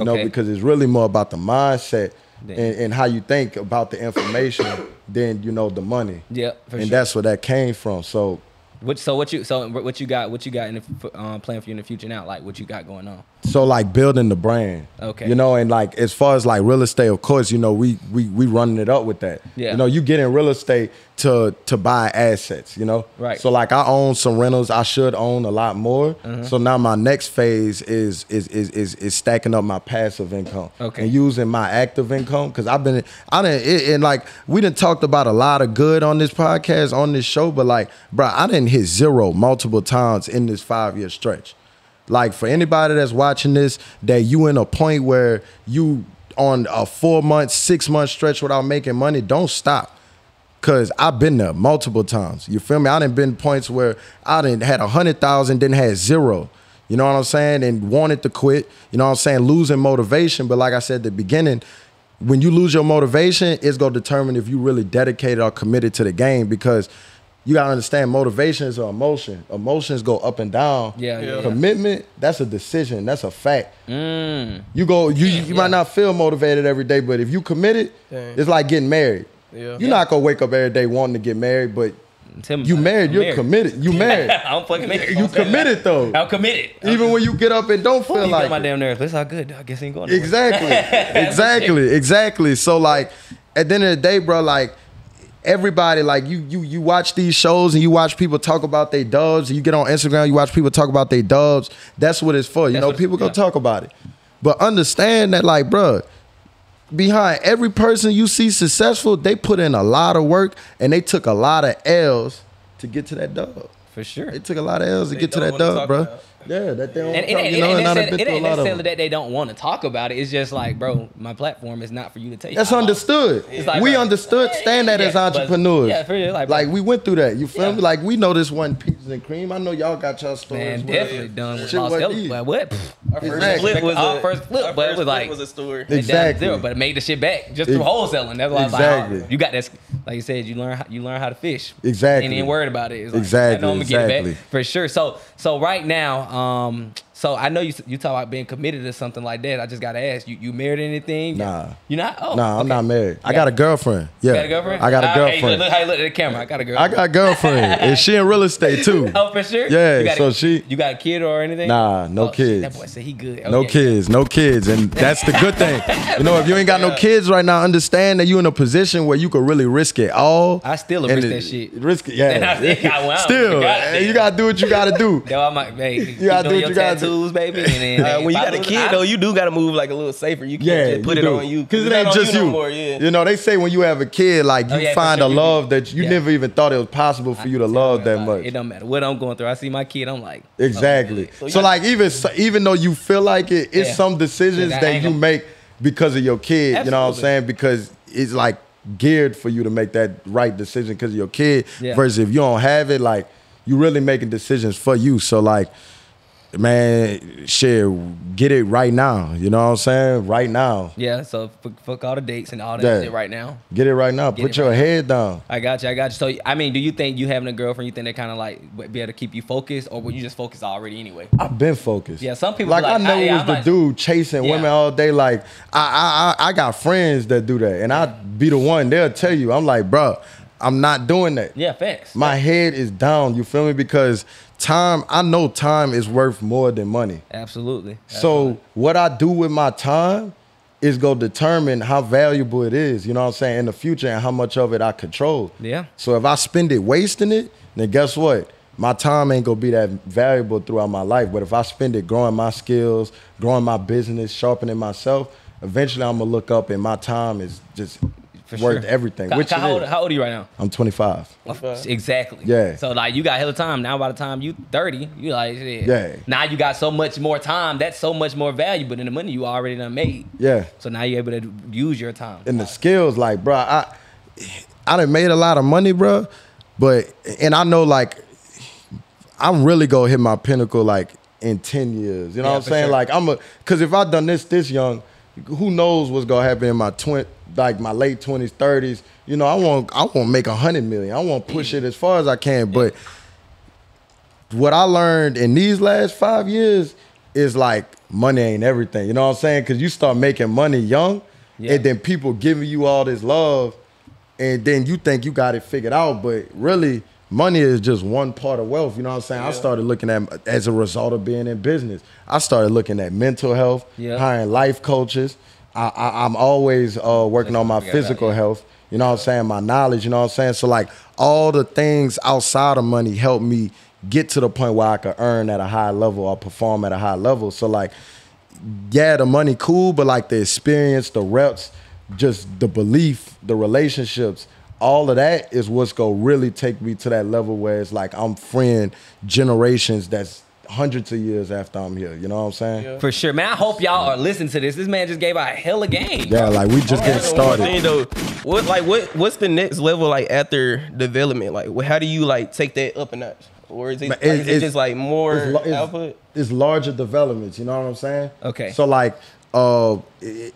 B: know
A: Mm, okay.
B: because it's really more about the mindset
A: Damn.
B: and, and how you think about the information than you know the money
A: Yeah, for
B: and
A: sure.
B: that's where that came from so
A: What, so what you so what you got what you got in the, f- um, plan for you in the future now like what you got going on
B: So like building the brand.
A: Okay.
B: You know, and like as far as like real estate, of course, you know, we we we running it up with that.
A: Yeah.
B: You know, you get in real estate to to buy assets, you know?
A: Right.
B: So like I own some rentals, I should own a lot more.
A: Mm-hmm.
B: So now my next phase is is is is, is stacking up my passive income.
A: Okay.
B: And using my active income. Cause I've been I didn't it, and like we done talked about a lot of good on this podcast, on this show, but like, bro, I didn't hit zero multiple times in this five year stretch. Like for anybody that's watching this, that you in a point where you on a four month, six month stretch without making money, don't stop. Cause I've been there multiple times. You feel me? I done been points where I done had a hundred thousand, then had zero. You know what I'm saying? And wanted to quit. You know what I'm saying? Losing motivation. But like I said at the beginning, when you lose your motivation, it's gonna determine if you really dedicated or committed to the game because you gotta understand motivation is an emotion. Emotions go up and down.
A: Yeah, yeah, yeah.
B: Commitment, that's a decision. That's a fact.
A: Mm.
B: You go, you you might not feel motivated every day, but if you committed,
C: Dang.
B: it's like getting married.
C: Yeah.
B: You're not gonna wake up every day wanting to get married, but
A: Tim,
B: you
A: I'm
B: married, you're committed. You married.
A: I'm fucking married.
B: you
A: I'm saying
B: committed though.
A: that. I'm committed
B: Even when you get up and don't feel
A: I'm like
B: like
A: my
B: it.
A: damn nerves but it's all good I guess I ain't going nowhere.
B: Exactly. exactly. Exactly. So like at the end of the day, bro, like everybody like you you you watch these shows and you watch people talk about their dubs and you get on Instagram, you watch people talk about their dubs. That's what it's for. You
A: That's
B: know,
A: what-
B: people gonna
A: yeah.
B: talk about it. But understand that like, bro, behind every person you see successful, they put in a lot of work and they took a lot of L's to get to that dub.
A: for sure
B: They took a lot of L's to
C: They
B: get to
C: don't
B: that
C: wanna
B: dub,
C: talk
B: bro.
C: about.
B: Yeah, that they don't
A: and it
B: talk-
A: ain't,
B: you know,
A: it ain't,
B: and I done
A: necessarily-
B: been
A: it
B: through a
A: ain't
B: lot of
A: necessarily
B: them.
A: that they don't want to talk about it. It's just like, bro, my platform is not for you to take.
B: That's
A: I'm like,
B: understood.
A: It's like,
B: we
A: bro,
B: understood stand that
A: yeah,
B: as
A: but-
B: entrepreneurs.
A: yeah, for real, like,
B: Like,
A: bro.
B: we went through that. You feel
A: Yeah.
B: me? Like we know this one pieces and cream. I know y'all got y'all stories.
A: Man,
B: where-
A: definitely done with
B: Shit
A: Los
B: wasn't
A: Ellis.
B: easy.
A: Like, what? Pfft.
C: Our first
B: Exactly.
C: flip was
A: Our
C: a,
A: first flip,
C: our
A: but it
C: first
A: was
C: flip
A: like-
C: was a story.
A: It down to
B: Exactly.
A: Zero, but it made the shit back just through
B: Ex-
A: wholesaling. That's why I was like,
B: Exactly.
A: oh, you got this. Like you said, you learn how, you learn how to fish.
B: Exactly.
A: And ain't worried about it. It's Like, I
B: Exactly,
A: know I'm gonna get it
B: exactly.
A: back for sure. So so right now, um, so I know you you talk about being committed to something like that. I just gotta ask you, you married anything?
B: Nah.
A: You not? Oh,
B: Nah, I'm
A: okay.
B: not married. I
A: You
B: got a girlfriend. Yeah,
A: You got a girlfriend?
B: I got a
A: Ah, hey,
B: girlfriend.
A: look, look how you look at the camera. I got a
B: I
A: girlfriend.
B: got a girlfriend, and she in real estate too.
A: Oh, for sure.
B: Yeah,
A: You got a-
B: so she-
A: You got a kid or anything?
B: Nah, no
A: Oh, shit,
B: kids.
A: That boy said he good.
B: No
A: Okay.
B: kids, no kids, and that's the good thing. You know, if you ain't got no kids right now, understand that you're in a position where you could really risk it all.
A: I still
B: and
A: risk
B: it-
A: that shit.
B: Risk it,
A: And I still got
B: yeah.
A: one.
B: Still,
A: Goddamn.
B: you gotta do what you gotta do.
A: Yo, I might, hey, you
B: gotta
A: gotta
B: do
A: do
B: what
A: your
B: you gotta do.
A: tattoos, baby. And then,
C: Uh, when you
A: if I
C: got a
A: lose-
C: kid
A: I-
C: though, you do gotta move like a little safer. You can't just put
B: you
C: it
B: do.
C: on you
B: Cause it ain't
C: not on
B: just you.
C: No more. Yeah.
B: You know, they say when you have a kid, like you
A: yeah, for
B: find
A: sure.
B: a love that you
A: Yeah.
B: never even thought it was possible for you to love that much.
A: It don't matter what I'm going through. I see my kid, I'm like, oh,
B: Exactly.
C: So
B: so,
C: you-
B: like even so- even though you feel like it, it's
A: Yeah.
B: some decisions
A: Yeah, that
B: that
A: ain't
B: you
A: gonna-
B: make because of your kid. You know what I'm
A: Absolutely.
B: saying? Because it's like geared for you to make that right decision because of your kid.
A: Yeah.
B: Versus if you don't have it, like you really making decisions for you. So like, man, shit, get it right now. You know what I'm saying? Right now,
A: yeah. So fuck, fuck all the dates and all that
B: Yeah.
A: shit right now.
B: get it right now. Put
A: it
B: your
A: right now.
B: head down.
A: I got you. I got you. So I mean, do you think you having a girlfriend? You think they kind of like w- be able to keep you focused, or were you just focused already anyway?
B: I've been focused.
A: Yeah, some people
B: like,
A: like,
B: I know
A: I-
B: it
A: yeah,
B: was
A: I'm
B: the
A: not-
B: dude chasing
A: Yeah.
B: women all day. Like I, I I I got friends that do that, and I be the one. They'll tell you, I'm like, bruh, I'm not doing that.
A: Yeah, facts.
B: My head is down. You feel me? Because time, I know time is worth more than money.
A: Absolutely.
B: So what I do with my time is gonna determine how valuable it is, you know what I'm saying, in the future and how much of it I control.
A: Yeah.
B: So if I spend it wasting it, then guess what? My time ain't gonna be that valuable throughout my life. But if I spend it growing my skills, growing my business, sharpening myself, eventually I'm gonna look up and my time is just
A: For
B: worth
A: sure.
B: everything.
A: Ca-
B: Which
A: ca-
B: it
A: how, old,
B: is.
A: how old are you right now?
B: I'm 25.
C: Fuck.
A: Exactly.
B: Yeah.
A: So like you got hella time now. By the time you thirty, you like shit.
B: Yeah.
A: Now you got so much more time. That's so much more valuable than the money you already done made.
B: Yeah.
A: So now you're able to use your time.
B: and the skills, like, bro, I I done made a lot of money, bro, but and I know like I'm really gonna hit my pinnacle like in ten years. You know
A: Yeah,
B: what I'm
A: for
B: saying?
A: sure.
B: Like I'm a cause if I done this this young, who knows what's gonna happen in my twin like my late twenties, thirties. You know, I want I want to make a hundred million. I want to push
A: Mm.
B: it as far as I can, but what I learned in these last five years is like money ain't everything. You know what I'm saying? Because you start making money young,
A: Yeah.
B: and then people giving you all this love, and then you think you got it figured out, but really money is just one part of wealth. You know what I'm saying? I started looking at as a result of being in business. I started looking at mental health,
A: Yeah.
B: hiring life coaches. I, I, I'm always uh, working on my
A: forgot about,
B: physical
A: yeah.
B: health. You know what I'm saying? My knowledge. You know what I'm saying? So like all the things outside of money help me get to the point where I could earn at a high level or perform at a high level. So like yeah, the money cool, but like the experience, the reps, just the belief, the relationships, all of that is what's gonna really take me to that level where it's like I'm friend generations that's hundreds of years after I'm here. You know what I'm saying? Yeah,
A: For sure, man. I hope y'all are listening to this. This man just gave out a hella game.
B: like we just getting
C: One thing
B: started.
C: though, what like what what's the next level like after development? Like, wh- how do you like take that up a notch? Or is it,
B: But
C: like, is it just like more
B: it's la- it's-
C: output?
B: It's larger developments. You know what I'm saying?
A: Okay.
B: So like, uh, it,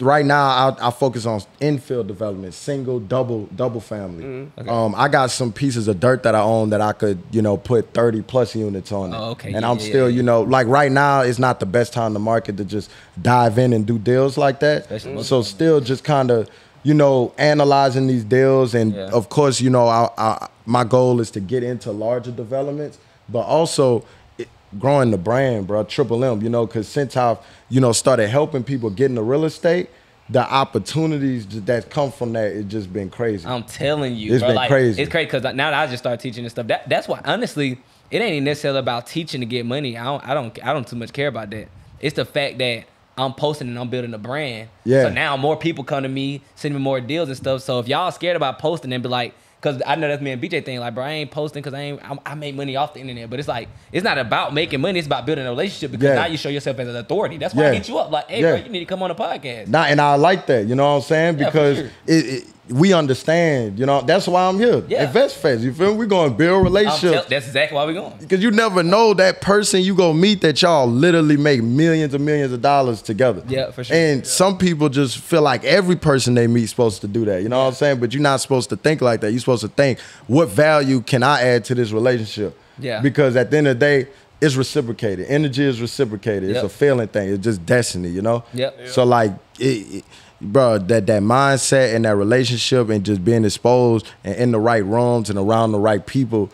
B: right now I, I focus on infield development, single, double, double family.
C: Mm-hmm.
B: Um, I got some pieces of dirt that I own that I could you know put 30 plus units on it.
A: Oh, okay.
B: And
A: Yeah,
B: I'm
A: yeah,
B: still
A: yeah.
B: you know like right now it's not the best time to market to just dive in and do deals like that.
A: Especially
B: So still just kind of. You know, analyzing these deals, and
A: Yeah.
B: of of course, you know, I, I, my goal is to get into larger developments, but also it, growing the brand, bro. Triple M, you know, because since I've, you know, started helping people get into real estate, the opportunities that come from that it's just been crazy.
A: I'm telling you,
B: It's
A: bro,
B: been
A: like,
B: crazy.
A: It's crazy because now that I just started teaching this stuff, that, that's why honestly, it ain't even necessarily about teaching to get money. I don't, I don't, I don't too much care about that. It's the fact that I'm posting and I'm building a brand.
B: Yeah.
A: So now more people come to me, send me more deals and stuff. So if y'all scared about posting and be like, because I know that's me and BJ thing, like, bro, I ain't posting because I ain't, I'm, I make money off the internet. But it's like, it's not about making money. It's about building a relationship because
B: Yeah.
A: now you show yourself as an authority. That's why I
B: Yeah.
A: hit you up, like, hey,
B: Yeah.
A: bro, you need to come on the podcast.
B: Nah, and I like that. You know what I'm saying?
A: Yeah, for
B: Because
A: sure.
B: it, it, we understand. You know, that's why I'm here.
A: Yeah.
B: Invest fast. You feel me? We're gonna build
A: I'm tell-
B: relationships.
A: that's exactly why we going.
B: Because you never know that person you gonna meet that y'all literally make millions and millions of dollars together.
A: Yeah, for sure.
B: And some people just feel like every person they meet supposed to do that. You know what I'm saying? But you're not supposed to think like that. You're supposed to think, what value can I add to this relationship?
A: Yeah.
B: Because at the end of the day, it's reciprocated. Energy is reciprocated.
A: Yep.
B: It's a feeling thing. It's just destiny. You know.
A: Yep. Yeah.
B: So like, it, it, bro, that that mindset and that relationship and just being exposed and in the right rooms and around the right people,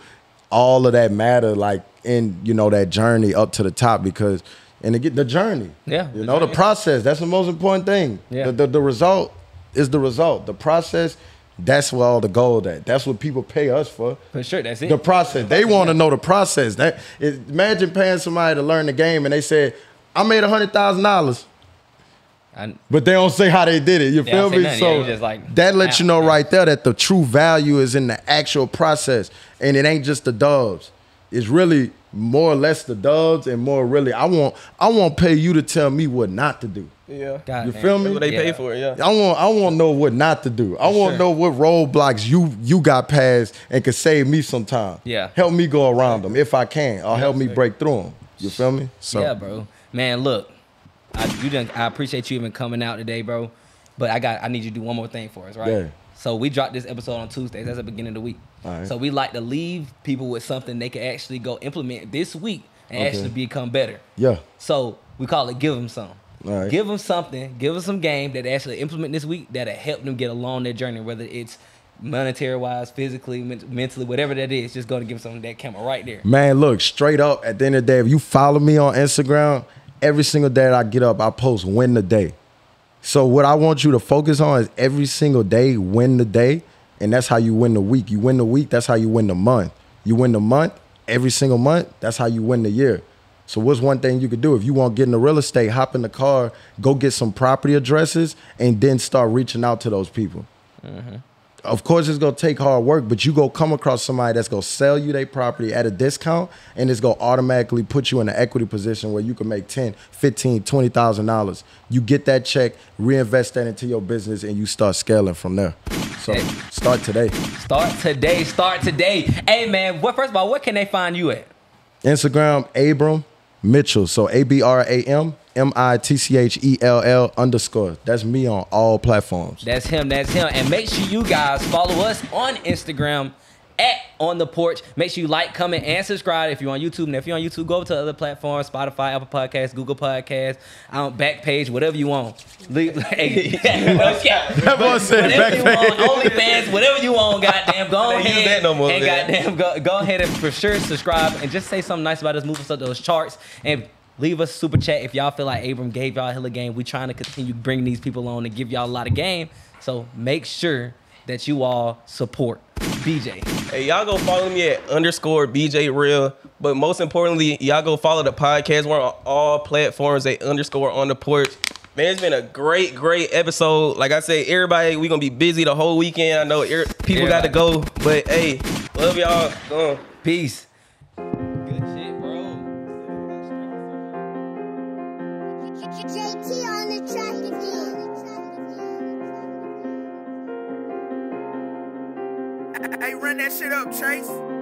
B: all of that matter. Like in you know that journey up to the top because and to get the journey.
A: Yeah,
B: You
A: the
B: know the process. That's the most important thing.
A: Yeah.
B: The, the the result is the result. The process. That's where all the gold at. That's what people pay us for.
A: For sure, that's it.
B: The process. They want to know the process. That is, imagine paying somebody to learn the game, and they said, "I made hundred thousand dollars,"
A: I-
B: but they don't say how they did it. You
A: They
B: feel
A: don't say
B: me?
A: nothing. Yeah,
B: So
A: you just like,
B: that lets you
A: "Ow."
B: know right there that the true value is in the actual process, and it ain't just the dubs. It's really more or less the dubs, and more really. I want I want pay you to tell me what not to do.
C: Yeah,
A: God
B: You
A: damn.
B: feel
C: that's
B: me?
C: what they
A: Yeah.
C: pay for. Yeah,
B: I want I want to know what not to do. I want to
A: sure.
B: know what roadblocks you you got past and could save me some time.
A: Yeah.
B: help me go around them if I can, or help me break through them. You feel me? So
A: Yeah, bro. Man, look, I, you done, I appreciate you even coming out today, bro. But I got I need you to do one more thing for us, right?
B: Yeah.
A: So we dropped this episode on Tuesdays. That's the beginning of the week.
B: All right.
A: So we like to leave people with something they can actually go implement this week and
B: Okay.
A: actually become better.
B: yeah,
A: So we call it give them some.
B: All right.
A: Give them something. Give them some game that they actually implement this week that'll help them get along their journey, whether it's monetary wise, physically, men- mentally, whatever that is. Just going to give them something that camera right there.
B: man. Look, straight up. At the end of the day, if you follow me on Instagram, every single day that I get up, I post win the day. So what I want you to focus on is every single day, win the day, and that's how you win the week. You win the week, that's how you win the month. You win the month every single month, that's how you win the year. So what's one thing you could do if you want to get into real estate? Hop in the car, go get some property addresses, and then start reaching out to those people. Of course, it's gonna take hard work, but you go come across somebody that's gonna sell you their property at a discount, and it's gonna automatically put you in an equity position where you can make 10, 15, 20000 dollars. You get that check, reinvest that into your business, and you start scaling from there. So
A: Hey.
B: start today.
A: Start today. Start today. Hey man, what first of all, where can they find you at?
B: Instagram Abram Mitchell. So A B R A M M I T C H E L L underscore. That's me on all platforms.
A: That's him. That's him. And make sure you guys follow us on Instagram at On the Porch. Make sure you like, comment, and subscribe if you're on YouTube. And if you're on YouTube, go over to other platforms Spotify, Apple Podcasts, Google Podcasts, um, Backpage, whatever you want. Leave, hey,
B: That boy said
A: whatever you
B: back
A: want, OnlyFans, whatever you want, goddamn, go
C: They use
A: ahead
C: that no more,
A: and
C: man.
A: goddamn, go, go ahead and for sure subscribe and just say something nice about us, move us up those charts and. Leave us super chat if y'all feel like Abram gave y'all hella game. We trying to continue bringing these people on and give y'all a lot of game. So make sure that you all support BJ.
C: Hey, y'all go follow me at underscore BJ Real. But most importantly, y'all go follow the podcast. We're on all platforms at underscore on the porch. Man, it's been a great, great episode. Like I say, everybody, we gonna be busy the whole weekend. I know er- people got to go, but hey, love y'all. Go on.
A: Peace. Good shit, bro.
E: JT on the track again.
F: Hey, run that shit up, Chase.